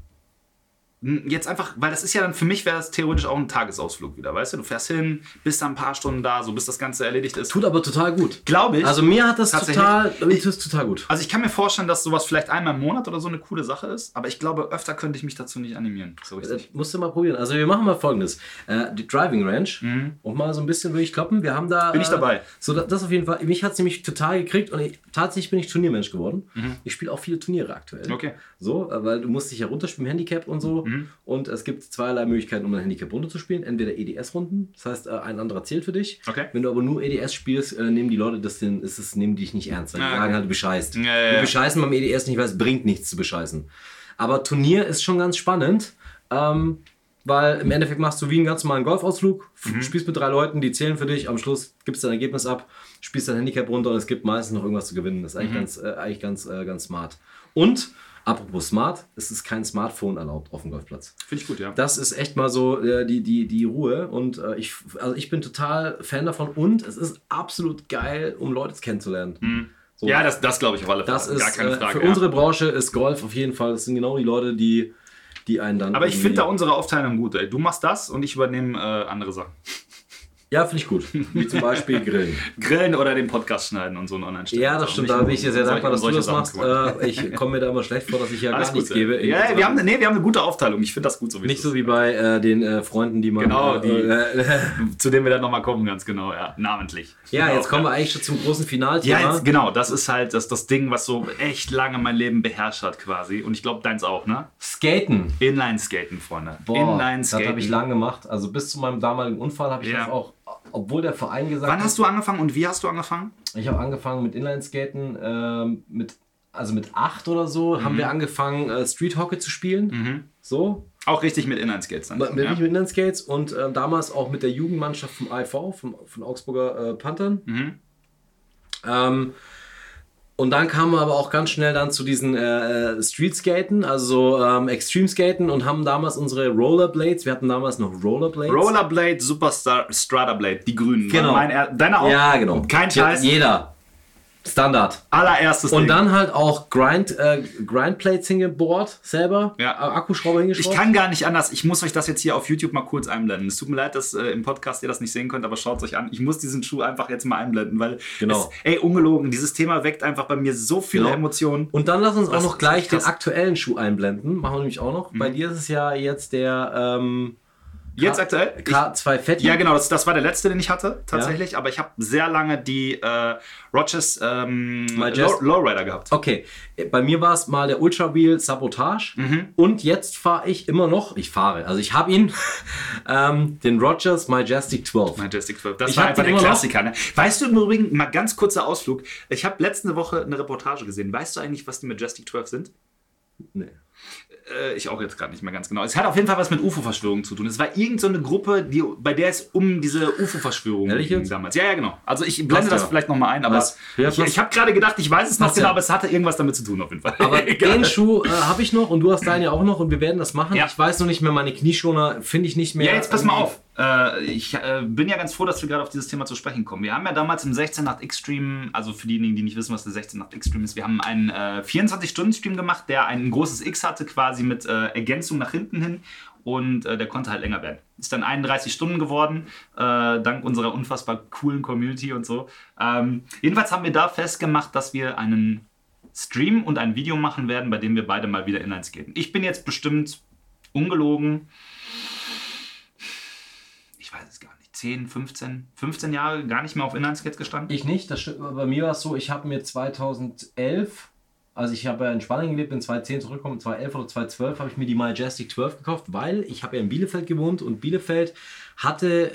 Speaker 3: m, jetzt einfach, weil das ist ja dann für mich wäre das theoretisch auch ein Tagesausflug wieder, weißt du? Du fährst hin, bist dann ein paar Stunden da, so bis das Ganze erledigt ist.
Speaker 4: Tut aber total gut.
Speaker 3: Glaube ich.
Speaker 4: Also mir hat das
Speaker 3: Tatsächlich.
Speaker 4: total, mir tut es total gut.
Speaker 3: Also ich kann mir vorstellen, dass sowas vielleicht einmal im Monat oder so eine coole Sache ist, aber ich glaube, öfter könnte ich mich dazu nicht animieren. So
Speaker 4: Das
Speaker 3: richtig.
Speaker 4: musst du mal probieren. Also wir machen mal folgendes. Äh, die Driving Ranch und mal so ein bisschen durchkloppen. Wir haben da...
Speaker 3: Mhm. Bin ich
Speaker 4: äh,
Speaker 3: dabei.
Speaker 4: So, da- das auf jeden Fall. Mich hat es nämlich total gekriegt und ich, tatsächlich bin ich Turniermensch geworden. Ich spiele auch viele Turniere aktuell.
Speaker 3: Mhm. Okay. Mhm.
Speaker 4: So, äh, weil du musst dich ja runterspielen, Handicap und so. Und es gibt zweierlei Möglichkeiten, um ein Handicap runterzuspielen. Entweder EDS-Runden, das heißt, äh, ein anderer zählt für dich.
Speaker 3: Okay.
Speaker 4: Wenn du aber nur EDS spielst, äh, nehmen die Leute das den, ist es, nehmen die dich nicht ernst. Weil die
Speaker 3: Ah,
Speaker 4: sagen
Speaker 3: okay.
Speaker 4: halt, du bescheißt.
Speaker 3: Ja, ja,
Speaker 4: du
Speaker 3: ja.
Speaker 4: bescheißen beim EDS nicht, weil es bringt nichts zu bescheißen. Aber Turnier ist schon ganz spannend, ähm, weil im Endeffekt machst du wie einen ganz normalen Golfausflug, f-
Speaker 3: Mhm.
Speaker 4: spielst mit drei Leuten, die zählen für dich, am Schluss gibst dein Ergebnis ab, spielst dein Handicap runter und es gibt meistens noch irgendwas zu gewinnen. Das ist
Speaker 3: Mhm.
Speaker 4: eigentlich ganz, äh, eigentlich ganz, äh, ganz smart. Und, apropos smart, es ist kein Smartphone erlaubt auf dem Golfplatz.
Speaker 3: Finde ich gut, ja.
Speaker 4: Äh, Das ist echt mal so äh, die, die, die Ruhe. Und äh, ich, also ich bin total Fan davon. Und es ist absolut geil, um Leute kennenzulernen. So.
Speaker 3: Mhm. ja, das, das glaube ich auf alle Fälle.
Speaker 4: Das ist
Speaker 3: Gar keine
Speaker 4: äh,
Speaker 3: Frage.
Speaker 4: für
Speaker 3: ja.
Speaker 4: unsere Branche ist Golf auf jeden Fall. Das sind genau die Leute, die, die einen dann.
Speaker 3: aber ich
Speaker 4: irgendwie-
Speaker 3: finde da unsere Aufteilung gut. Ey. Du machst das und ich übernehme äh, andere Sachen.
Speaker 4: Ja, finde ich gut. Wie zum Beispiel Grillen.
Speaker 3: Grillen oder den Podcast schneiden und so einen online stellen.
Speaker 4: Ja, das
Speaker 3: Also
Speaker 4: stimmt.
Speaker 3: nicht
Speaker 4: Da
Speaker 3: nur
Speaker 4: bin ich dir sehr
Speaker 3: solche-
Speaker 4: dankbar, dass du
Speaker 3: solche
Speaker 4: das
Speaker 3: Sachen
Speaker 4: machst.
Speaker 3: kümmern.
Speaker 4: Äh, ich komme mir da immer schlecht vor, dass ich ja
Speaker 3: Alles
Speaker 4: gar nichts
Speaker 3: gut.
Speaker 4: gebe.
Speaker 3: Ja, wir haben, nee, wir haben eine gute Aufteilung. Ich finde das gut, so wie
Speaker 4: nicht
Speaker 3: es
Speaker 4: so
Speaker 3: ist.
Speaker 4: wie bei äh, den äh, Freunden, die man.
Speaker 3: Genau,
Speaker 4: äh,
Speaker 3: die-
Speaker 4: äh,
Speaker 3: zu dem wir dann nochmal kommen, ganz genau, ja. Namentlich.
Speaker 4: ja,
Speaker 3: genau.
Speaker 4: jetzt kommen wir eigentlich schon zum großen Finalthema.
Speaker 3: Ja, jetzt, genau, das ist halt das, das Ding, was so echt lange mein Leben beherrscht hat quasi. Und ich glaube, deins auch, ne?
Speaker 5: Skaten.
Speaker 3: Inline-Skaten, Freunde.
Speaker 5: Boah, das habe ich lang gemacht. Also bis zu meinem damaligen Unfall habe ich
Speaker 3: Ja.
Speaker 5: das auch, obwohl der Verein gesagt
Speaker 3: Wann hast du angefangen und wie hast du angefangen?
Speaker 5: ich habe angefangen mit Inlineskaten, ähm, mit, also mit acht oder so,
Speaker 3: Mhm.
Speaker 4: haben wir angefangen, äh, Street Hockey zu spielen. So,
Speaker 3: Auch richtig mit Inline-Skates dann.
Speaker 4: mit,
Speaker 3: Mhm. ja.
Speaker 4: mit Inlineskates und ähm, damals auch mit der Jugendmannschaft vom IV, vom, von Augsburger äh, Panthern.
Speaker 3: Mhm.
Speaker 4: Ähm, und dann kamen wir aber auch ganz schnell dann zu diesen äh, Street-Skaten, also ähm, Extreme-Skaten und haben damals unsere Rollerblades, wir hatten damals noch Rollerblades.
Speaker 3: Rollerblade, Superstar, Stradablade, die Grünen.
Speaker 4: Genau.
Speaker 3: Mein er- Deine auch?
Speaker 4: ja, genau.
Speaker 3: Kein Scheiß.
Speaker 4: Ja, jeder. Standard.
Speaker 3: Allererstes
Speaker 4: Und
Speaker 3: Ding.
Speaker 4: dann halt auch Grind, äh, Grindplates hingebohrt selber,
Speaker 3: Ja.
Speaker 4: äh, Akkuschrauber
Speaker 3: Ich
Speaker 4: hingeschraubt.
Speaker 3: kann gar nicht anders. Ich muss euch das jetzt hier auf YouTube mal kurz einblenden. Es tut mir leid, dass äh, im Podcast ihr das nicht sehen könnt, aber schaut es euch an. Ich muss diesen Schuh einfach jetzt mal einblenden, weil
Speaker 4: Genau.
Speaker 3: es, ey, ungelogen, dieses Thema weckt einfach bei mir so viele
Speaker 4: Genau.
Speaker 3: Emotionen.
Speaker 4: Und dann lass uns auch
Speaker 3: Das
Speaker 4: noch
Speaker 3: ist
Speaker 4: gleich den
Speaker 3: krass. Mhm.
Speaker 4: aktuellen Schuh einblenden. Machen wir nämlich auch noch. Bei dir ist es ja jetzt der, ähm,
Speaker 3: Jetzt aktuell? Ich,
Speaker 6: K2 Fett.
Speaker 3: ja, genau, das, das war der letzte, den ich hatte, tatsächlich. Aber ich habe sehr lange die äh, Rogers ähm, Low,
Speaker 6: Majest-
Speaker 3: Lowrider gehabt.
Speaker 6: Okay, bei mir war es mal der Ultra Wheel Sabotage
Speaker 3: Mhm.
Speaker 6: und jetzt fahre ich immer noch, ich fahre, also ich habe ihn, ähm, den Rogers Majestic 12.
Speaker 3: Majestic 12. Das
Speaker 6: Ich
Speaker 3: war
Speaker 6: hab
Speaker 3: einfach
Speaker 6: den
Speaker 3: der
Speaker 6: immer noch.
Speaker 3: Klassiker. Ne? Weißt du im Übrigen, mal ganz kurzer Ausflug. Ich habe letzte Woche eine Reportage gesehen. Weißt du eigentlich, was die Majestic 12 sind?
Speaker 6: Nee.
Speaker 3: Äh, ich auch jetzt gerade nicht mehr ganz genau. Es hat auf jeden Fall was mit UFO-Verschwörung zu tun. Es war irgendeine so eine Gruppe, die, bei der es um diese UFO-Verschwörung
Speaker 6: Ehrlich
Speaker 3: ging
Speaker 6: jetzt?
Speaker 3: damals. Ja, ja, genau. Also ich blende
Speaker 6: Passt
Speaker 3: das
Speaker 6: ja.
Speaker 3: vielleicht nochmal ein, aber
Speaker 6: Was? Ja,
Speaker 3: ich,
Speaker 6: passt.
Speaker 3: ich habe gerade gedacht, ich weiß es noch
Speaker 6: Passt
Speaker 3: genau,
Speaker 6: ja.
Speaker 3: aber es hatte irgendwas damit zu tun auf jeden Fall.
Speaker 6: Aber
Speaker 3: Egal.
Speaker 6: den Schuh äh, habe ich noch und du hast deinen ja auch noch und wir werden das machen.
Speaker 3: Ja.
Speaker 6: Ich weiß nur nicht mehr, meine Knieschoner finde ich nicht mehr.
Speaker 3: Ja, jetzt pass mal auf. Äh, ich äh, bin ja ganz froh, dass wir gerade auf dieses Thema zu sprechen kommen. Wir haben ja damals im 16 Nacht X-Stream, also für diejenigen, die nicht wissen, was der 16 Nacht X-Stream ist, wir haben einen äh, 24-Stunden-Stream gemacht, der ein großes X hatte, quasi mit äh, Ergänzung nach hinten hin. Und äh, der konnte halt länger werden. Ist dann 31 Stunden geworden, äh, dank unserer unfassbar coolen Community und so. Ähm, jedenfalls haben wir da festgemacht, dass wir einen Stream und ein Video machen werden, bei dem wir beide mal wieder Inlines gehen. Ich bin jetzt bestimmt ungelogen ich weiß es gar nicht, 10, 15, 15 Jahre gar nicht mehr auf Inlineskates gestanden.
Speaker 4: Ich nicht, das stimmt. aber Bei mir war es so, ich habe mir 2011, also ich habe ja in Spanien gelebt, bin 2010 zurückgekommen, 2011 oder 2012 habe ich mir die Majestic 12 gekauft, weil ich habe ja in Bielefeld gewohnt und Bielefeld hatte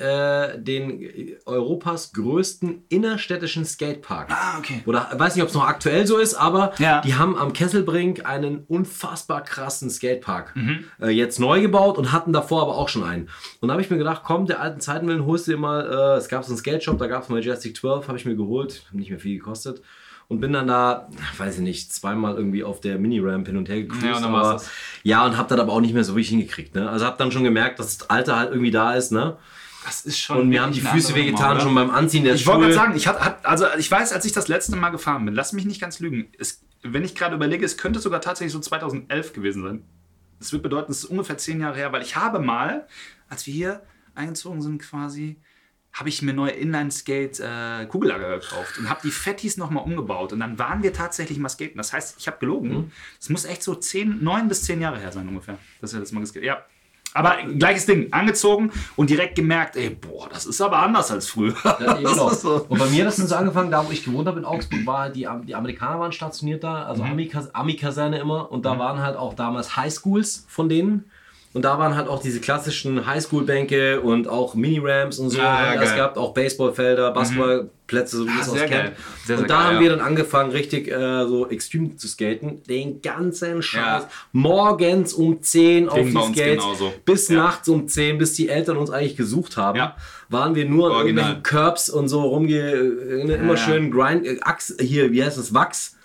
Speaker 4: äh, den äh, Europas größten innerstädtischen Skatepark.
Speaker 3: Ah, okay.
Speaker 4: Oder weiß nicht, ob es noch aktuell so ist, aber
Speaker 3: Ja.
Speaker 4: die haben am Kesselbrink einen unfassbar krassen Skatepark
Speaker 3: Mhm.
Speaker 4: äh, jetzt neu gebaut und hatten davor aber auch schon einen. Und da habe ich mir gedacht, komm, der alten Zeiten willen, holst du dir mal, äh, es gab so einen Skate-Shop, da gab es Majestic 12, habe ich mir geholt, nicht mehr viel gekostet. Und bin dann da, weiß ich nicht, zweimal irgendwie auf der Mini-Ramp hin und her gecruised.
Speaker 3: Ja, und dann war's
Speaker 4: aber,
Speaker 3: das.
Speaker 4: ja, und hab dann aber auch nicht mehr so richtig hingekriegt. Ne? Also hab dann schon gemerkt, dass das Alter halt irgendwie da ist. Ne?
Speaker 3: Das ist schon.
Speaker 4: Und mir haben die Füße wehgetan, schon beim Anziehen der
Speaker 3: Ich wollte gerade
Speaker 4: Schuhe.
Speaker 3: sagen, ich hat, hat, also ich weiß, als ich das letzte Mal gefahren bin, lass mich nicht ganz lügen. Es, wenn ich gerade überlege, es könnte sogar tatsächlich so 2011 gewesen sein. Das wird bedeuten, es ist ungefähr zehn Jahre her, weil ich habe mal, als wir hier eingezogen sind quasi, habe ich mir neue Inline-Skate-Kugellager gekauft und habe die Fettis nochmal umgebaut. Und dann waren wir tatsächlich mal skaten. Das heißt, ich habe
Speaker 4: Mhm.
Speaker 3: gelogen. Es muss echt so zehn, neun bis zehn Jahre her sein ungefähr, dass wir das mal geskatet Ja. Aber gleiches Ding, angezogen und direkt gemerkt, ey, boah, das ist aber anders als früher.
Speaker 4: Ja, eben
Speaker 3: Das
Speaker 4: genau.
Speaker 3: ist so.
Speaker 4: Und bei mir das sind so angefangen, da wo ich gewohnt habe in Augsburg, war halt die, Am- die Amerikaner waren stationiert da, also
Speaker 3: Mhm.
Speaker 4: Ami-Kas- Ami-Kaserne immer. Und da waren halt auch damals Highschools von denen. Und da waren halt auch diese klassischen Highschool-Bänke und auch Mini-Ramps und so. Also es
Speaker 3: Ah, ja, geil. Mhm. Ah,
Speaker 4: gab auch Baseballfelder, Basketballplätze, so wie es aus
Speaker 3: sehr
Speaker 4: kennt.
Speaker 3: geil. Sehr, sehr
Speaker 4: und da
Speaker 3: geil,
Speaker 4: haben
Speaker 3: ja.
Speaker 4: wir dann angefangen, richtig äh, so extrem zu skaten. Den ganzen Scheiß.
Speaker 3: Ja.
Speaker 4: Morgens um 10 auf
Speaker 3: Ging bei
Speaker 4: die
Speaker 3: uns
Speaker 4: Skates,
Speaker 3: genauso.
Speaker 4: bis
Speaker 3: Ja.
Speaker 4: nachts um 10, bis die Eltern uns eigentlich gesucht haben,
Speaker 3: Ja.
Speaker 4: waren wir nur an
Speaker 3: Original.
Speaker 4: irgendwelchen Curbs und so rumge... äh, ne, Immer
Speaker 3: Ja.
Speaker 4: schön Grind... äh, Achs, hier, wie heißt das? Wachs?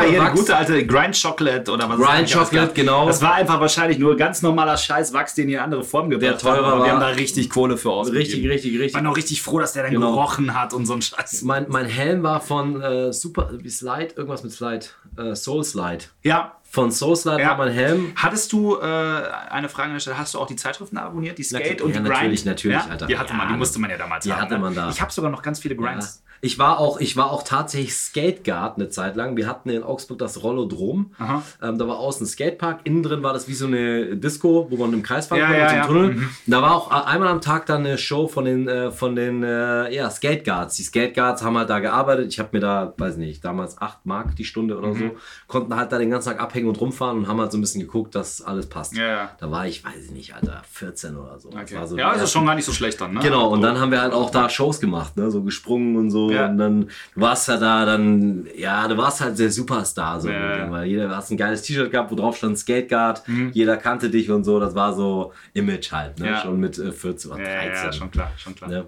Speaker 4: Oder
Speaker 3: hier die
Speaker 4: Wachs.
Speaker 3: gute alte Grind Chocolate oder was es
Speaker 4: Grind
Speaker 3: eigentlich alles
Speaker 4: Chocolate,
Speaker 3: gab.
Speaker 4: genau.
Speaker 3: Das war einfach wahrscheinlich nur ganz normaler Scheißwachs, den ihr in andere Formen gebracht
Speaker 4: Der teurer
Speaker 3: habt, aber Wir haben
Speaker 4: war.
Speaker 3: da richtig Kohle für ausgegeben.
Speaker 4: Richtig, richtig,
Speaker 3: Ich war
Speaker 4: richtig.
Speaker 3: noch richtig froh, dass der dann
Speaker 4: Genau.
Speaker 3: gerochen hat und so ein Scheiß.
Speaker 4: Mein, mein Helm war von äh, Super... wie Slide? Irgendwas mit Slide. Äh, Soul Slide.
Speaker 3: Ja.
Speaker 4: Von Soul Slide
Speaker 3: Ja.
Speaker 4: war mein Helm.
Speaker 3: Hattest du, äh, eine Frage an der Stelle, hast du auch die Zeitschriften abonniert? Die Skate
Speaker 4: klar,
Speaker 3: und
Speaker 4: ja,
Speaker 3: die Grind?
Speaker 4: natürlich, natürlich, Alter.
Speaker 3: Die hatte
Speaker 4: Ja,
Speaker 3: man, die musste man ja damals
Speaker 4: die
Speaker 3: haben.
Speaker 4: hatte
Speaker 3: ne?
Speaker 4: man da.
Speaker 3: Ich habe sogar noch ganz viele Grinds.
Speaker 4: Ich war auch, ich war auch tatsächlich Skateguard eine Zeit lang. Wir hatten in Augsburg das Rollodrom.
Speaker 3: Aha.
Speaker 4: Ähm, da war außen ein Skatepark, innen drin war das wie so eine Disco, wo man im Kreis fahren
Speaker 3: Ja,
Speaker 4: konnte
Speaker 3: ja,
Speaker 4: mit dem
Speaker 3: ja. Mhm.
Speaker 4: Tunnel. Und Da war auch a- einmal am Tag dann eine Show von den, äh, von den äh, ja, Skateguards. Die Skateguards haben halt da gearbeitet. Ich habe mir da, weiß nicht, damals 8 Mark die Stunde
Speaker 3: Mhm.
Speaker 4: oder so, konnten halt da den ganzen Tag abhängen und rumfahren und haben halt so ein bisschen geguckt, dass alles passt.
Speaker 3: Ja, ja.
Speaker 4: Da war ich, weiß ich nicht, Alter, 14 oder so. Das
Speaker 3: Okay.
Speaker 4: war so
Speaker 3: ja,
Speaker 4: die
Speaker 3: ist
Speaker 4: erste-
Speaker 3: schon gar nicht so schlecht dann, ne?
Speaker 4: Genau, und dann haben wir halt auch da Shows gemacht, ne? so gesprungen und so.
Speaker 3: Ja.
Speaker 4: Und dann warst du halt da, dann, ja, du warst halt der Superstar. So,
Speaker 3: Ja. Mhm.
Speaker 4: weil jeder du hast ein geiles T-Shirt gehabt, wo drauf stand Skateguard, jeder kannte dich und so. Das war so Image halt, ne?
Speaker 3: Ja.
Speaker 4: schon mit äh, 14 oder ne?
Speaker 3: Ja, ja,
Speaker 4: 13.
Speaker 3: ja, schon klar, schon klar.
Speaker 4: Ja.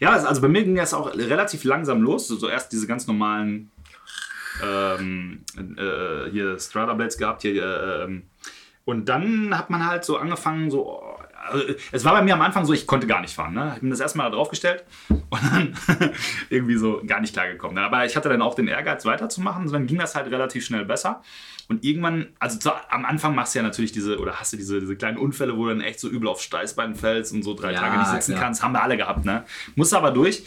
Speaker 3: Ja, also bei mir ging das auch relativ langsam los. So erst diese ganz normalen ähm, äh, hier Strata Blades gehabt. Hier, äh, ähm. und dann hat man halt so angefangen, so. oh, Also, es war bei mir am Anfang so, ich konnte gar nicht fahren. Ne? Ich bin das erste Mal da draufgestellt und dann irgendwie so gar nicht klar gekommen. Aber ich hatte dann auch den Ehrgeiz weiterzumachen. Dann ging das halt relativ schnell besser. Und irgendwann, also zu, am Anfang machst du ja natürlich diese, oder hast du diese, diese kleinen Unfälle, wo du dann echt so übel auf Steißbein fällst und so drei
Speaker 4: Ja,
Speaker 3: Tage nicht sitzen
Speaker 4: ja.
Speaker 3: kannst. Haben wir alle gehabt, ne? Musst aber durch.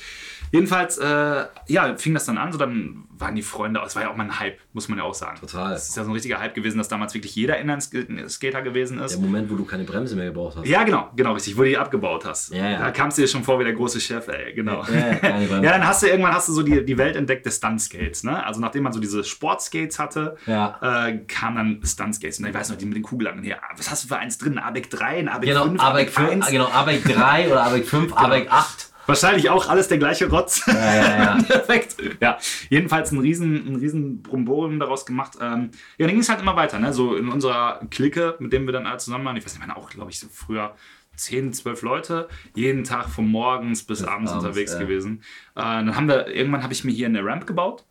Speaker 3: Jedenfalls, äh, ja, fing das dann an, so dann waren die Freunde, es war ja auch mal ein Hype, muss man ja auch sagen.
Speaker 5: Total.
Speaker 3: Es ist ja so ein richtiger Hype gewesen, dass damals wirklich jeder Inline-Skater gewesen ist.
Speaker 5: Der Moment, wo du keine Bremse mehr gebraucht hast.
Speaker 3: Ja, genau, genau, richtig, wo du die abgebaut hast.
Speaker 5: Ja, ja.
Speaker 3: Da kamst du dir schon vor wie der große Chef, ey, genau.
Speaker 5: Ja, ja, keine Bremse.
Speaker 3: Ja, dann hast du irgendwann hast du so die, die Welt entdeckt des Stuntskates, ne? Also nachdem man so diese Sportskates hatte,
Speaker 5: Ja.
Speaker 3: äh, kamen dann Stuntskates. Und ich weiß noch, die mit den Kugelangen hier. ah, Was hast du für eins drin? Abec 3, ein Abec
Speaker 5: Genau,
Speaker 3: 5,
Speaker 5: Abeck 5, genau, Abeck 3 oder Abeck 5,
Speaker 3: Genau.
Speaker 5: Abeck 8.
Speaker 3: Wahrscheinlich auch alles der gleiche Rotz.
Speaker 5: Ja, ja, ja.
Speaker 3: Perfekt. Ja, jedenfalls ein riesen, ein riesen Brumborium daraus gemacht. Ähm, ja, dann ging es halt immer weiter, ne? So in unserer Clique, mit dem wir dann alle zusammen waren. Ich weiß nicht, meine auch, glaube ich, so früher 10, 12 Leute, jeden Tag von morgens bis abends,
Speaker 5: abends,
Speaker 3: unterwegs
Speaker 5: ja.
Speaker 3: gewesen. Äh, dann haben wir, irgendwann habe ich mir hier eine Ramp gebaut.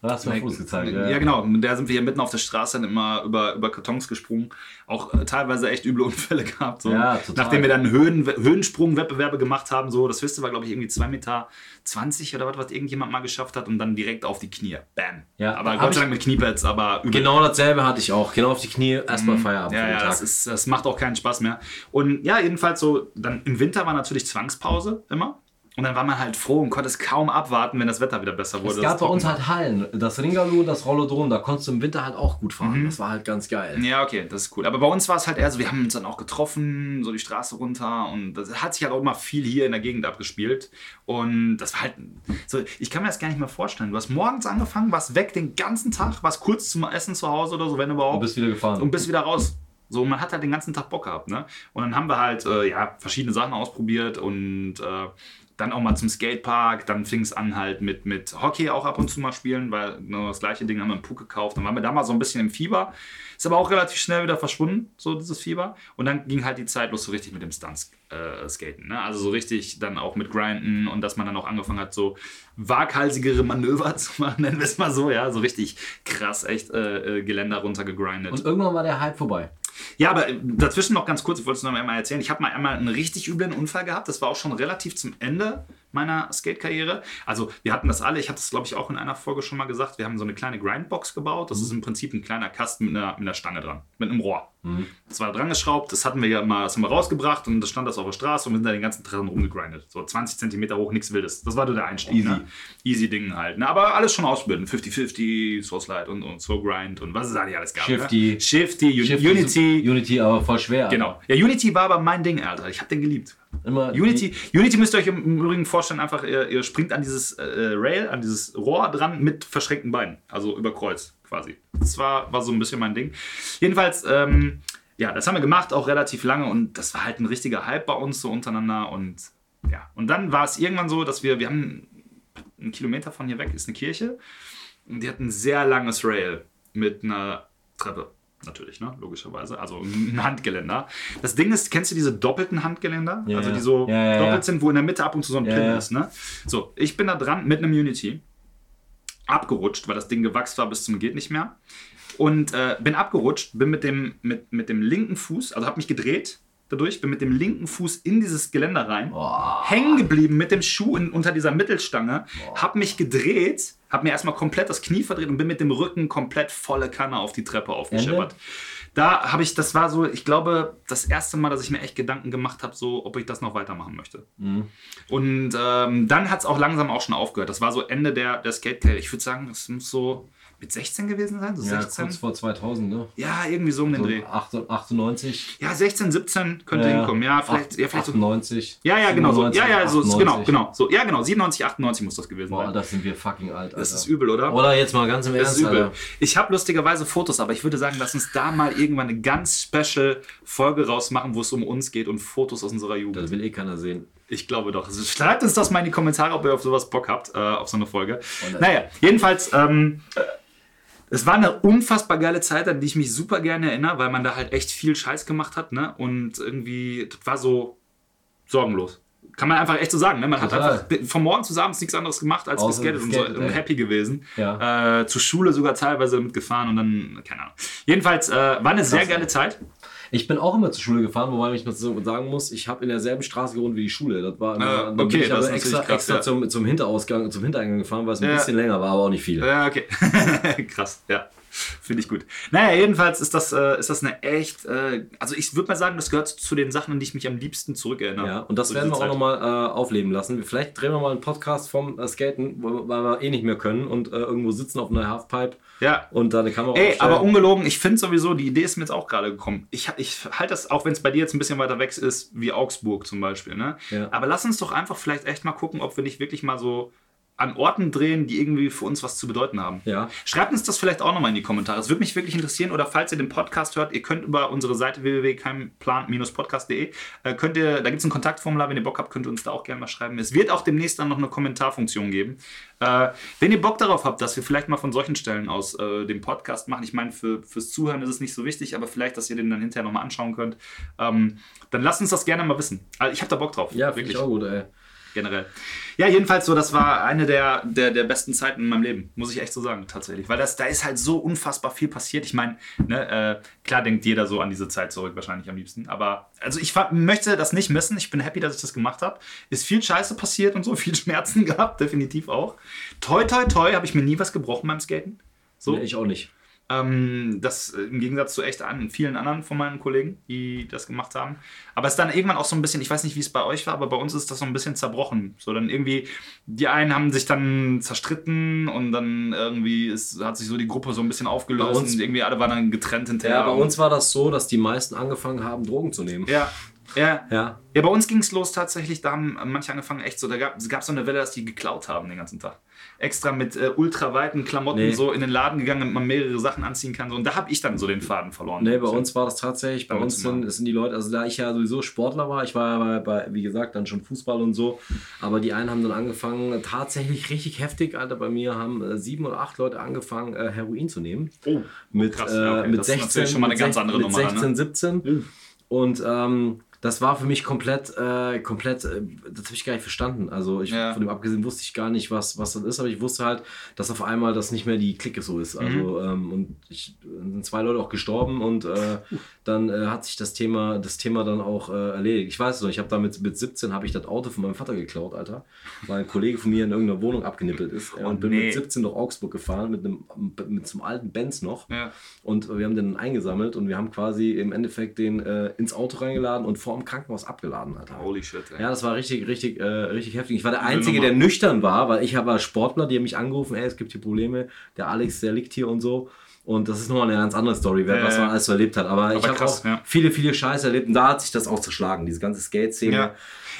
Speaker 5: Da hast du mir Fuß gezeigt.
Speaker 3: Ja, genau. Mit der sind wir hier mitten auf der Straße dann immer über, über Kartons gesprungen. Auch äh, teilweise echt üble Unfälle gehabt. So.
Speaker 5: Ja, total.
Speaker 3: Nachdem wir dann Höhen, Höhensprungwettbewerbe gemacht haben, so das höchste war, glaube ich, irgendwie 2,20 Meter oder was, was irgendjemand mal geschafft hat und dann direkt auf die Knie. Bam.
Speaker 5: Ja,
Speaker 3: aber
Speaker 5: hab
Speaker 3: Gott sei
Speaker 5: ich-
Speaker 3: Dank mit Kniepads, aber übel.
Speaker 5: Genau dasselbe hatte ich auch. Genau auf die Knie, erstmal Feierabend
Speaker 3: Mhm. Ja,
Speaker 5: für den
Speaker 3: ja
Speaker 5: Tag.
Speaker 3: das, ist, das macht auch keinen Spaß mehr. Und ja, jedenfalls so, dann im Winter war natürlich Zwangspause immer. Und dann war man halt froh und konnte es kaum abwarten, wenn das Wetter wieder besser wurde.
Speaker 5: es
Speaker 3: dass
Speaker 5: gab bei
Speaker 3: trocken
Speaker 5: uns halt Hallen, das Ringerloh und das Rollodrom, da konntest du im Winter halt auch gut fahren. Das war halt ganz geil.
Speaker 3: Mhm. Ja, okay, das ist cool. Aber bei uns war es halt eher so, wir haben uns dann auch getroffen, so die Straße runter und das hat sich halt auch immer viel hier in der Gegend abgespielt. Und das war halt so, ich kann mir das gar nicht mehr vorstellen. Du hast morgens angefangen, warst weg den ganzen Tag, warst kurz zum Essen zu Hause oder so, wenn überhaupt.
Speaker 5: Du bist wieder gefahren.
Speaker 3: Und bist wieder raus. So, man hat halt den ganzen Tag Bock gehabt, ne? Und dann haben wir halt, äh, ja, verschiedene Sachen ausprobiert und äh, dann auch mal zum Skatepark. Dann fing es an halt mit, mit Hockey auch ab und zu mal spielen, weil genau das gleiche Ding haben wir einen Puck gekauft. Dann waren wir da mal so ein bisschen im Fieber. Ist aber auch relativ schnell wieder verschwunden, so dieses Fieber. Und dann ging halt die Zeit los so richtig mit dem Stunts-Skaten, ne? Also so richtig dann auch mit Grinden und dass man dann auch angefangen hat, so waghalsigere Manöver zu machen, nennen wir es mal so, ja? So richtig krass, echt äh, äh, Geländer runtergegrindet.
Speaker 5: Und irgendwann war der Hype vorbei.
Speaker 3: Ja, aber äh, dazwischen noch ganz kurz, ich wollte es noch einmal erzählen. Ich habe mal einmal einen richtig üblen Unfall gehabt. Das war auch schon relativ zum Ende meiner Skate-Karriere. Also wir hatten das alle, ich habe das glaube ich auch in einer Folge schon mal gesagt, wir haben so eine kleine Grindbox gebaut. Das ist im Prinzip ein kleiner Kasten mit einer, mit einer Stange dran, mit einem Rohr. Das war dran geschraubt, das hatten wir ja mal, das haben wir rausgebracht und das stand das auf der Straße und wir sind da den ganzen Tag dran rumgegrindet. So 20 Zentimeter hoch, nichts Wildes. Das war so der Einstieg. Easy, ne? Easy Ding halt. Ne? Aber alles schon ausbilden. 50-50, Source Light und, und so Grind und was es da nicht alles gab.
Speaker 5: Shifty.
Speaker 3: Ne? Shifty, Un
Speaker 5: Shift-
Speaker 3: Unity.
Speaker 5: Unity, aber voll schwer.
Speaker 3: Genau. Ja, Unity war aber mein Ding, Alter. Ich habe den geliebt.
Speaker 5: Immer
Speaker 3: Unity, Unity müsst ihr euch im Übrigen vorstellen, einfach, ihr, ihr springt an dieses äh, Rail, an dieses Rohr dran mit verschränkten Beinen. Also über Kreuz quasi. Das war, war so ein bisschen mein Ding. Jedenfalls, ähm, ja, das haben wir gemacht, auch relativ lange und das war halt ein richtiger Hype bei uns so untereinander und ja. Und dann war es irgendwann so, dass wir, wir haben einen Kilometer von hier weg ist eine Kirche und die hat ein sehr langes Rail mit einer Treppe. Natürlich, ne? Logischerweise. Also ein Handgeländer. Das Ding ist, kennst du diese doppelten Handgeländer?
Speaker 5: Ja,
Speaker 3: also
Speaker 5: ja.
Speaker 3: die so
Speaker 5: Ja, ja, ja.
Speaker 3: doppelt sind, wo in der Mitte ab und zu so ein
Speaker 5: Ja,
Speaker 3: Pin
Speaker 5: ja.
Speaker 3: ist, ne? So, ich bin da dran mit einem Unity. Abgerutscht, weil das Ding gewachsen war bis zum geht nicht mehr. Und äh, bin abgerutscht, bin mit dem, mit, mit dem linken Fuß, also habe mich gedreht dadurch, bin mit dem linken Fuß in dieses Geländer rein hängen geblieben mit dem Schuh in, unter dieser Mittelstange, hab mich gedreht, hab mir erstmal komplett das Knie verdreht und bin mit dem Rücken komplett volle Kanne auf die Treppe aufgescheppert. Da habe ich, das war so, ich glaube, das erste Mal, dass ich mir echt Gedanken gemacht habe, so, ob ich das noch weitermachen möchte.
Speaker 5: Mhm.
Speaker 3: Und ähm, dann hat es auch langsam auch schon aufgehört. Das war so Ende der, der Skate-Karriere. Ich würde sagen, es muss so mit 16 gewesen sein, so
Speaker 5: Ja,
Speaker 3: 16.
Speaker 5: kurz vor 2000, ne?
Speaker 3: Ja, irgendwie so um den
Speaker 5: So
Speaker 3: Dreh.
Speaker 5: 8 98.
Speaker 3: Ja, 16, 17 könnte hinkommen. Ja, vielleicht, ja, vielleicht so
Speaker 5: 98.
Speaker 3: ja, ja, genau so. Ja, ja, so,
Speaker 5: 97.
Speaker 3: genau, genau. So, ja, genau. 97, 98 muss das gewesen
Speaker 5: Boah,
Speaker 3: sein.
Speaker 5: das sind wir fucking alt, Alter.
Speaker 3: Das ist übel, oder?
Speaker 5: Oder jetzt mal ganz im
Speaker 3: das
Speaker 5: Ernst,
Speaker 3: ist übel.
Speaker 5: Alter.
Speaker 3: Ich habe lustigerweise Fotos, aber ich würde sagen, lass uns da mal irgendwann eine ganz special Folge rausmachen, wo es um uns geht und Fotos aus unserer Jugend.
Speaker 5: Das will eh keiner sehen.
Speaker 3: Ich glaube doch. Also schreibt uns das mal in die Kommentare, ob ihr auf sowas Bock habt, äh, auf so eine Folge. Naja, jedenfalls, ähm, äh, es war eine unfassbar geile Zeit, an die ich mich super gerne erinnere, weil man da halt echt viel Scheiß gemacht hat, ne? Und irgendwie, das war so sorgenlos. Kann man einfach echt so sagen, ne? Man
Speaker 5: Total.
Speaker 3: hat einfach bi- von morgens bis abends nichts anderes gemacht, als
Speaker 5: Außer
Speaker 3: geskatet und, so,
Speaker 5: geskatet,
Speaker 3: und
Speaker 5: ey.
Speaker 3: happy gewesen.
Speaker 5: Ja.
Speaker 3: Äh, zur Schule sogar teilweise mitgefahren und dann, keine Ahnung. Jedenfalls, äh, war eine sehr geile Zeit.
Speaker 5: Ich bin auch immer zur Schule gefahren, wobei ich mal so sagen muss, ich habe in derselben Straße gewohnt wie die Schule. Das war da bin
Speaker 3: Ah, okay,
Speaker 5: ich
Speaker 3: das
Speaker 5: aber
Speaker 3: ist
Speaker 5: extra,
Speaker 3: natürlich krass,
Speaker 5: extra
Speaker 3: ja.
Speaker 5: zum, zum Hinterausgang, zum Hintereingang gefahren, weil es ein bisschen länger war, aber auch nicht viel.
Speaker 3: Ja, okay. Krass, ja. Finde ich gut. Naja, jedenfalls ist das, äh, ist das eine echt. Äh, also, ich würde mal sagen, das gehört zu den Sachen, an die ich mich am liebsten zurückerinnere.
Speaker 4: Ja, und das
Speaker 3: So
Speaker 4: werden wir
Speaker 3: diese
Speaker 4: auch
Speaker 3: Zeit.
Speaker 4: nochmal äh, aufleben lassen. Vielleicht drehen wir mal einen Podcast vom äh, Skaten, wo- weil wir eh nicht mehr können und äh, irgendwo sitzen auf einer Halfpipe
Speaker 3: Ja.
Speaker 4: und da eine Kamera
Speaker 3: Ey,
Speaker 4: aufstellen.
Speaker 3: aber um- ungelogen, ich finde sowieso, die Idee ist mir jetzt auch gerade gekommen. Ich, ich halte das, auch wenn es bei dir jetzt ein bisschen weiter weg ist, wie Augsburg zum Beispiel. Ne?
Speaker 4: Ja.
Speaker 3: Aber lass uns doch einfach vielleicht echt mal gucken, ob wir nicht wirklich mal so an Orten drehen, die irgendwie für uns was zu bedeuten haben.
Speaker 4: Ja.
Speaker 3: Schreibt uns das vielleicht auch nochmal in die Kommentare. Es würde mich wirklich interessieren. Oder falls ihr den Podcast hört, ihr könnt über unsere Seite www.keimplan-podcast.de, äh, könnt ihr, da gibt es ein Kontaktformular, wenn ihr Bock habt, könnt ihr uns da auch gerne mal schreiben. Es wird auch demnächst dann noch eine Kommentarfunktion geben. Äh, wenn ihr Bock darauf habt, dass wir vielleicht mal von solchen Stellen aus äh, den Podcast machen, ich meine, für, fürs Zuhören ist es nicht so wichtig, aber vielleicht, dass ihr den dann hinterher nochmal anschauen könnt, ähm, dann lasst uns das gerne mal wissen. Also ich habe da Bock drauf.
Speaker 4: ja, finde ich auch gut, ey.
Speaker 3: Generell. Ja, jedenfalls so, das war eine der, der, der besten Zeiten in meinem Leben, muss ich echt so sagen, tatsächlich. Weil das, da ist halt so unfassbar viel passiert. Ich meine, ne, äh, klar denkt jeder so an diese Zeit zurück, wahrscheinlich am liebsten. Aber also ich fa- möchte das nicht missen. Ich bin happy, dass ich das gemacht habe. Ist viel Scheiße passiert und so, viel Schmerzen gehabt, definitiv auch. Toi, toi, toi, habe ich mir nie was gebrochen beim Skaten. So.
Speaker 4: Nee, ich auch nicht.
Speaker 3: Ähm, das äh, im Gegensatz zu echt an vielen anderen von meinen Kollegen, die das gemacht haben. Aber es ist dann irgendwann auch so ein bisschen, ich weiß nicht, wie es bei euch war, aber bei uns ist das so ein bisschen zerbrochen. So dann irgendwie, die einen haben sich dann zerstritten und dann irgendwie ist, hat sich so die Gruppe so ein bisschen aufgelöst
Speaker 4: Bei uns-
Speaker 3: und irgendwie alle waren dann getrennt hinterher.
Speaker 4: Ja, bei uns war das so, dass die meisten angefangen haben, Drogen zu nehmen.
Speaker 3: Ja, ja.
Speaker 4: Ja.
Speaker 3: Ja, bei uns ging es los tatsächlich, da haben manche angefangen, echt so, da gab es gab so eine Welle, dass die geklaut haben den ganzen Tag. Extra mit äh, ultraweiten Klamotten
Speaker 4: Nee.
Speaker 3: so in den Laden gegangen, damit man mehrere Sachen anziehen kann. So. Und da habe ich dann so den Faden verloren.
Speaker 4: Nee, bei uns war das tatsächlich, bei,
Speaker 3: Bei uns
Speaker 4: uns sind,
Speaker 3: immer.
Speaker 4: es sind die Leute, also da ich ja sowieso Sportler war, ich war ja bei, bei, wie gesagt, dann schon Fußball und so, aber die einen haben dann angefangen, tatsächlich richtig heftig, Alter, bei mir haben äh, sieben oder acht Leute angefangen, äh, Heroin zu nehmen.
Speaker 3: Oh,
Speaker 4: mit,
Speaker 3: krass,
Speaker 4: äh,
Speaker 3: ja, okay.
Speaker 4: mit
Speaker 3: Das ist
Speaker 4: 16,
Speaker 3: natürlich schon mal eine
Speaker 4: mit
Speaker 3: ganz
Speaker 4: 16,
Speaker 3: andere
Speaker 4: mit
Speaker 3: Nummer,
Speaker 4: 16
Speaker 3: ne?
Speaker 4: 17. Und ähm, das war für mich komplett, äh, komplett, äh, das habe ich gar nicht verstanden. Also ich,
Speaker 3: Ja.
Speaker 4: von dem abgesehen wusste ich gar nicht, was, was das ist, aber ich wusste halt, dass auf einmal das nicht mehr die Clique so ist.
Speaker 3: Mhm.
Speaker 4: Also ähm, und ich sind zwei Leute auch gestorben und äh, dann äh, hat sich das Thema, das Thema dann auch äh, erledigt. Ich weiß es noch, ich habe damit mit 17 habe ich das Auto von meinem Vater geklaut, Alter, weil ein Kollege von mir in irgendeiner Wohnung abgenippelt ist äh, und bin
Speaker 3: nee.
Speaker 4: mit 17 nach Augsburg gefahren mit einem mit zum alten Benz noch.
Speaker 3: Ja.
Speaker 4: Und wir haben den eingesammelt und wir haben quasi im Endeffekt den äh, ins Auto reingeladen und vor dem Krankenhaus abgeladen, Alter.
Speaker 3: Holy shit, ey.
Speaker 4: Ja, das war richtig, richtig, äh, richtig heftig. Ich war der
Speaker 3: Üble
Speaker 4: Einzige,
Speaker 3: Nummer.
Speaker 4: der nüchtern war, weil ich war Sportler, die haben mich angerufen, ey, es gibt hier Probleme, der Alex, der liegt hier und so. Und das ist nochmal eine ganz andere Story, wer
Speaker 3: Ja,
Speaker 4: was
Speaker 3: ja.
Speaker 4: man alles so erlebt hat. Aber, ich habe
Speaker 3: krass,
Speaker 4: auch
Speaker 3: ja.
Speaker 4: viele, viele Scheiße erlebt und da hat sich das auch zerschlagen, diese ganze Skate-Szene.
Speaker 3: Ja.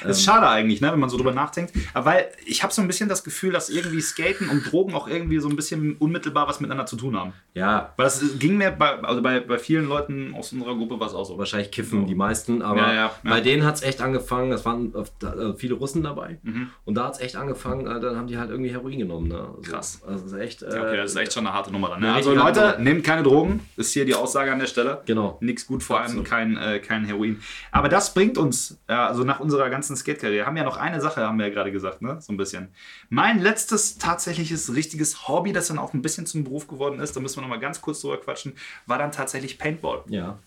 Speaker 3: ist schade eigentlich, ne, wenn man so drüber nachdenkt. Aber weil ich habe so ein bisschen das Gefühl, dass irgendwie Skaten und Drogen auch irgendwie so ein bisschen unmittelbar was miteinander zu tun haben.
Speaker 4: ja,
Speaker 3: Weil das ging mir bei, also bei, bei vielen Leuten aus unserer Gruppe war es auch so.
Speaker 4: wahrscheinlich kiffen die meisten, aber
Speaker 3: Ja, ja, ja.
Speaker 4: bei denen hat es echt angefangen, es waren äh, da- äh, viele Russen dabei
Speaker 3: Mhm.
Speaker 4: und da hat es echt angefangen, äh, dann haben die halt irgendwie Heroin genommen. Ne? Also,
Speaker 3: Krass.
Speaker 4: Also das ist echt, äh,
Speaker 3: Okay, das ist echt schon eine harte Nummer dann. Ne?
Speaker 4: Eine
Speaker 3: Also
Speaker 4: richtig harte
Speaker 3: Leute, nehmt keine Drogen, ist hier die Aussage an der Stelle.
Speaker 4: Genau.
Speaker 3: Nichts gut, vor allem
Speaker 4: Absolut.
Speaker 3: kein, äh, kein Heroin. Aber das bringt uns, ja, also nach unserer ganzen Skate-Karriere, haben wir ja noch eine Sache, haben wir ja gerade gesagt, ne? So ein bisschen. Mein letztes tatsächliches richtiges Hobby, das dann auch ein bisschen zum Beruf geworden ist, da müssen wir nochmal ganz kurz drüber quatschen, war dann tatsächlich Paintball.
Speaker 4: ja.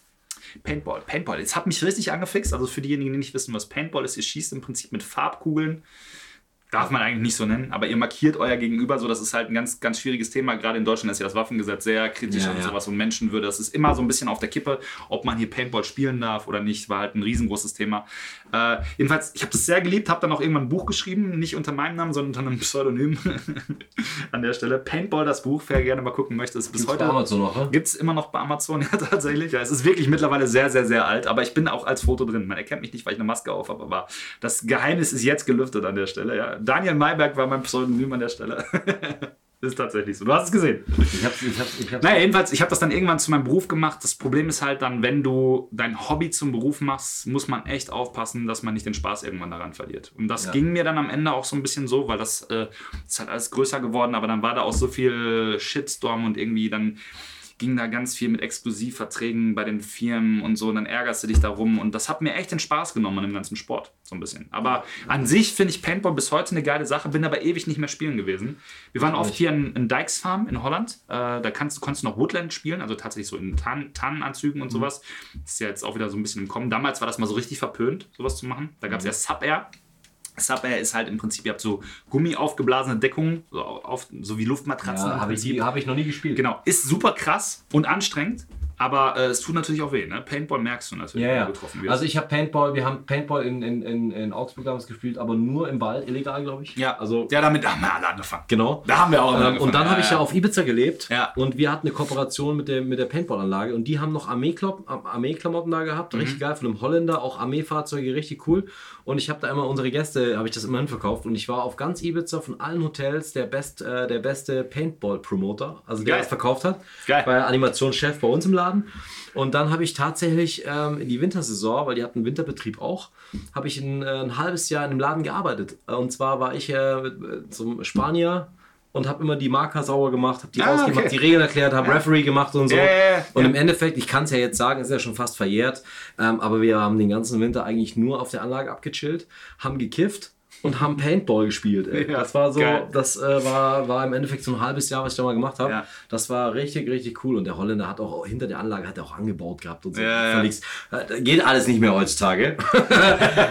Speaker 3: Paintball, Paintball. Jetzt hat mich richtig angefixt. Also für diejenigen, die nicht wissen, was Paintball ist, ihr schießt im Prinzip mit Farbkugeln. Darf man eigentlich nicht so nennen, aber ihr markiert euer Gegenüber so. Das ist halt ein ganz, ganz schwieriges Thema. Gerade in Deutschland ist ja das Waffengesetz sehr kritisch
Speaker 4: Ja,
Speaker 3: und
Speaker 4: ja.
Speaker 3: sowas und Menschenwürde. Das ist immer so ein bisschen auf der Kippe, ob man hier Paintball spielen darf oder nicht. War halt ein riesengroßes Thema. Äh, jedenfalls, ich habe das sehr geliebt, habe dann auch irgendwann ein Buch geschrieben. Nicht unter meinem Namen, sondern unter einem Pseudonym an der Stelle. Paintball, das Buch, wer gerne mal gucken möchte, ist bis
Speaker 4: Gibt's
Speaker 3: heute.
Speaker 4: bei Amazon noch, ne?
Speaker 3: Gibt es immer noch bei Amazon, ja, tatsächlich. Ja, es ist wirklich mittlerweile sehr, sehr, sehr alt, aber ich bin auch als Foto drin. Man erkennt mich nicht, weil ich eine Maske auf habe, aber das Geheimnis ist jetzt gelüftet an der Stelle. Ja. Daniel Mayberg war mein Pseudonym an der Stelle. ist tatsächlich so. Du hast es gesehen.
Speaker 4: Ich hab's, ich hab's, ich hab's.
Speaker 3: Naja, jedenfalls, ich habe das dann irgendwann zu meinem Beruf gemacht. Das Problem ist halt dann, wenn du dein Hobby zum Beruf machst, muss man echt aufpassen, dass man nicht den Spaß irgendwann daran verliert. Und das
Speaker 4: Ja.
Speaker 3: ging mir dann am Ende auch so ein bisschen so, weil das äh, ist halt alles größer geworden, aber dann war da auch so viel Shitstorm und irgendwie dann ging da ganz viel mit Exklusivverträgen bei den Firmen und so und dann ärgerst du dich darum und das hat mir echt den Spaß genommen an dem ganzen Sport, so ein bisschen. Aber an sich finde ich Paintball bis heute eine geile Sache, bin aber ewig nicht mehr spielen gewesen. Wir waren oft hier in, in Dykes Farm in Holland, äh, da kannst, konntest du noch Woodland spielen, also tatsächlich so in Tan Tannenanzügen und
Speaker 4: Mhm.
Speaker 3: sowas.
Speaker 4: Mhm.
Speaker 3: Ist ja jetzt auch wieder so ein bisschen im Kommen. Damals war das mal so richtig verpönt, sowas zu machen. Da gab es ja Sub-Air, Subair ist halt im Prinzip, ihr habt so Gummi aufgeblasene Deckungen, so, auf, so wie Luftmatratzen im
Speaker 4: Habe ich,
Speaker 3: Prinzip.
Speaker 4: hab ich noch nie gespielt.
Speaker 3: Genau, ist super krass und anstrengend, aber äh, es tut natürlich auch weh. Ne? Paintball merkst du natürlich,
Speaker 4: Ja,
Speaker 3: wenn
Speaker 4: ja.
Speaker 3: du getroffen wirst.
Speaker 4: Also ich habe Paintball, wir haben Paintball in, in, in, in Augsburg damals gespielt, aber nur im Wald, illegal, glaube ich.
Speaker 3: ja,
Speaker 4: Also,
Speaker 3: ja, damit haben wir alle angefangen.
Speaker 4: genau.
Speaker 3: Da haben wir auch alle
Speaker 4: Ähm,
Speaker 3: angefangen.
Speaker 4: und dann habe ich ja
Speaker 3: ja
Speaker 4: auf Ibiza gelebt
Speaker 3: Ja.
Speaker 4: und wir hatten eine Kooperation mit der, mit der Paintball-Anlage und die haben noch Armeeklopp- Ar- Armeeklamotten da
Speaker 3: Mhm.
Speaker 4: gehabt, richtig geil, von einem Holländer, auch Armeefahrzeuge, richtig cool. Und ich habe da immer unsere Gäste, habe ich das immer hinverkauft und ich war auf ganz Ibiza von allen Hotels der, Best, äh, der beste Paintball-Promoter, also der
Speaker 3: Geil.
Speaker 4: das verkauft hat.
Speaker 3: Geil.
Speaker 4: War ja Animationschef bei uns im Laden. Und dann habe ich tatsächlich ähm, in die Wintersaison, weil die hatten Winterbetrieb auch, habe ich ein, äh, ein halbes Jahr in dem Laden gearbeitet. Und zwar war ich äh, zum Spanier und habe immer die Marker sauber gemacht, habe die
Speaker 3: Ah,
Speaker 4: rausgemacht,
Speaker 3: okay.
Speaker 4: die Regeln erklärt, habe Referee gemacht und so.
Speaker 3: Ja, ja, ja.
Speaker 4: und
Speaker 3: Ja.
Speaker 4: im Endeffekt, ich kann es ja jetzt sagen, ist ja schon fast verjährt, ähm, aber wir haben den ganzen Winter eigentlich nur auf der Anlage abgechillt, haben gekifft und haben Paintball gespielt. Ey.
Speaker 3: Ja,
Speaker 4: das war so,
Speaker 3: geil.
Speaker 4: das äh, war, war im Endeffekt so ein halbes Jahr, was ich da mal gemacht habe.
Speaker 3: Ja.
Speaker 4: Das war richtig, richtig cool. Und der Holländer hat auch hinter der Anlage hat er auch angebaut gehabt und so.
Speaker 3: Ja, ja.
Speaker 4: Völlig- äh, Geht alles nicht mehr heutzutage.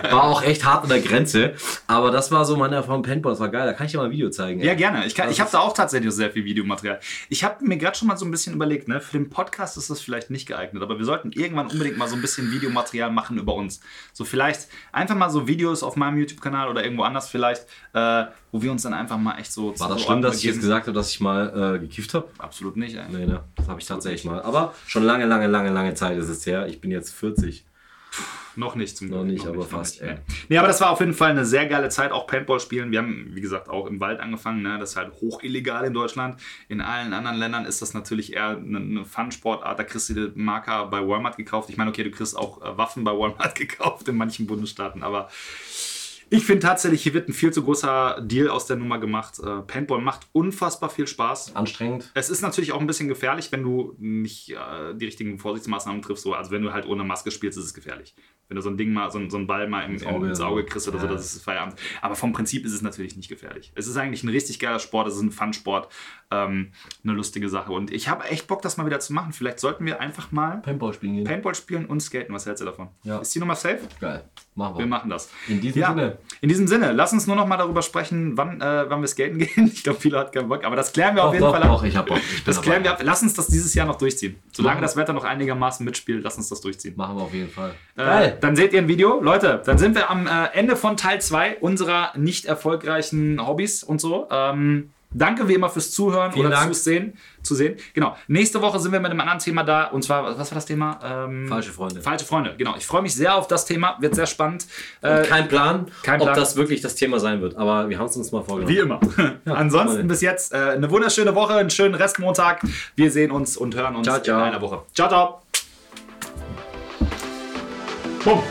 Speaker 4: war auch echt hart an der Grenze. Aber das war so meine Erfahrung mit Paintball. Das war geil. Da kann ich dir mal ein Video zeigen. ey.
Speaker 3: Ja, gerne. Ich, kann- ich habe da auch tatsächlich sehr viel Videomaterial. Ich habe mir gerade schon mal so ein bisschen überlegt, ne? für den Podcast ist das vielleicht nicht geeignet, aber wir sollten irgendwann unbedingt mal so ein bisschen Videomaterial machen über uns. So vielleicht einfach mal so Videos auf meinem YouTube-Kanal oder irgendwo anders vielleicht, äh, wo wir uns dann einfach mal echt so
Speaker 4: War das
Speaker 3: so
Speaker 4: schlimm, dass ich jetzt
Speaker 3: geben.
Speaker 4: gesagt habe, dass ich mal äh, gekifft habe?
Speaker 3: Absolut nicht, ey.
Speaker 4: Nee, ne? Das habe ich tatsächlich mal. Aber schon lange, lange, lange, lange Zeit ist es her. Ich bin jetzt 40.
Speaker 3: Noch nicht zum
Speaker 4: Noch
Speaker 3: Glück,
Speaker 4: nicht, aber fast,
Speaker 3: Nicht.
Speaker 4: ey.
Speaker 3: Nee. nee, aber das war auf jeden Fall eine sehr geile Zeit, auch Paintball spielen. Wir haben, wie gesagt, auch im Wald angefangen. Ne? Das ist halt hoch illegal in Deutschland. In allen anderen Ländern ist das natürlich eher eine, eine Fun-Sportart. Da kriegst du dir Marker bei Walmart gekauft. Ich meine, okay, du kriegst auch äh, Waffen bei Walmart gekauft in manchen Bundesstaaten, aber ich finde tatsächlich, hier wird ein viel zu großer Deal aus der Nummer gemacht. Äh, Paintball macht unfassbar viel Spaß.
Speaker 4: Anstrengend.
Speaker 3: Es ist natürlich auch ein bisschen gefährlich, wenn du nicht äh, die richtigen Vorsichtsmaßnahmen triffst. So, also wenn du halt ohne Maske spielst, ist es gefährlich. Wenn du so ein Ding mal, so, ein- so einen Ball mal im, ins, Auge,
Speaker 4: Auge,
Speaker 3: ins
Speaker 4: ja.
Speaker 3: Auge kriegst oder so,
Speaker 4: Ja.
Speaker 3: das ist Feierabend. Aber vom Prinzip ist es natürlich nicht gefährlich. Es ist eigentlich ein richtig geiler Sport, es ist ein Fun-Sport, ähm, eine lustige Sache. Und ich habe echt Bock, das mal wieder zu machen. Vielleicht sollten wir einfach mal
Speaker 4: Paintball spielen gehen.
Speaker 3: Paintball spielen und skaten. Was hältst du davon?
Speaker 4: Ja.
Speaker 3: Ist die Nummer safe?
Speaker 4: geil. Machen
Speaker 3: Wir
Speaker 4: wir.
Speaker 3: machen das.
Speaker 4: In diesem Sinne.
Speaker 3: In diesem Sinne, lass uns nur noch mal darüber sprechen, wann, äh, wann wir skaten gehen. Ich glaube, viele hat keinen Bock, aber das klären wir auf
Speaker 4: Doch,
Speaker 3: jeden
Speaker 4: doch,
Speaker 3: Fall ab.
Speaker 4: doch, ich hab Bock. Ich bin
Speaker 3: Das
Speaker 4: dabei.
Speaker 3: klären wir ab. Lass uns das dieses Jahr noch durchziehen. Solange
Speaker 4: Machen
Speaker 3: das Wetter noch einigermaßen mitspielt, lass uns das durchziehen.
Speaker 4: Machen wir auf jeden Fall.
Speaker 3: Äh, dann seht ihr ein Video. Leute, dann sind wir am äh, Ende von Teil 2 unserer nicht erfolgreichen Hobbys und so. Ähm, danke wie immer fürs Zuhören
Speaker 4: Vielen
Speaker 3: oder
Speaker 4: Dank.
Speaker 3: Zusehen, zu sehen. Genau. Nächste Woche sind wir mit einem anderen Thema da. Und zwar, was war das Thema? Ähm,
Speaker 4: Falsche Freunde.
Speaker 3: Falsche Freunde, genau. Ich freue mich sehr auf das Thema. Wird sehr spannend. Äh,
Speaker 4: Kein Plan,
Speaker 3: Kein
Speaker 4: ob
Speaker 3: Plan.
Speaker 4: das wirklich das Thema sein wird, aber wir haben es uns mal vorgenommen.
Speaker 3: Wie immer. Ansonsten
Speaker 4: Freunde.
Speaker 3: bis jetzt äh, eine wunderschöne Woche, einen schönen Restmontag. Wir sehen uns und hören uns
Speaker 4: Ciao, ciao.
Speaker 3: in einer Woche. Ciao, ciao. Bumm.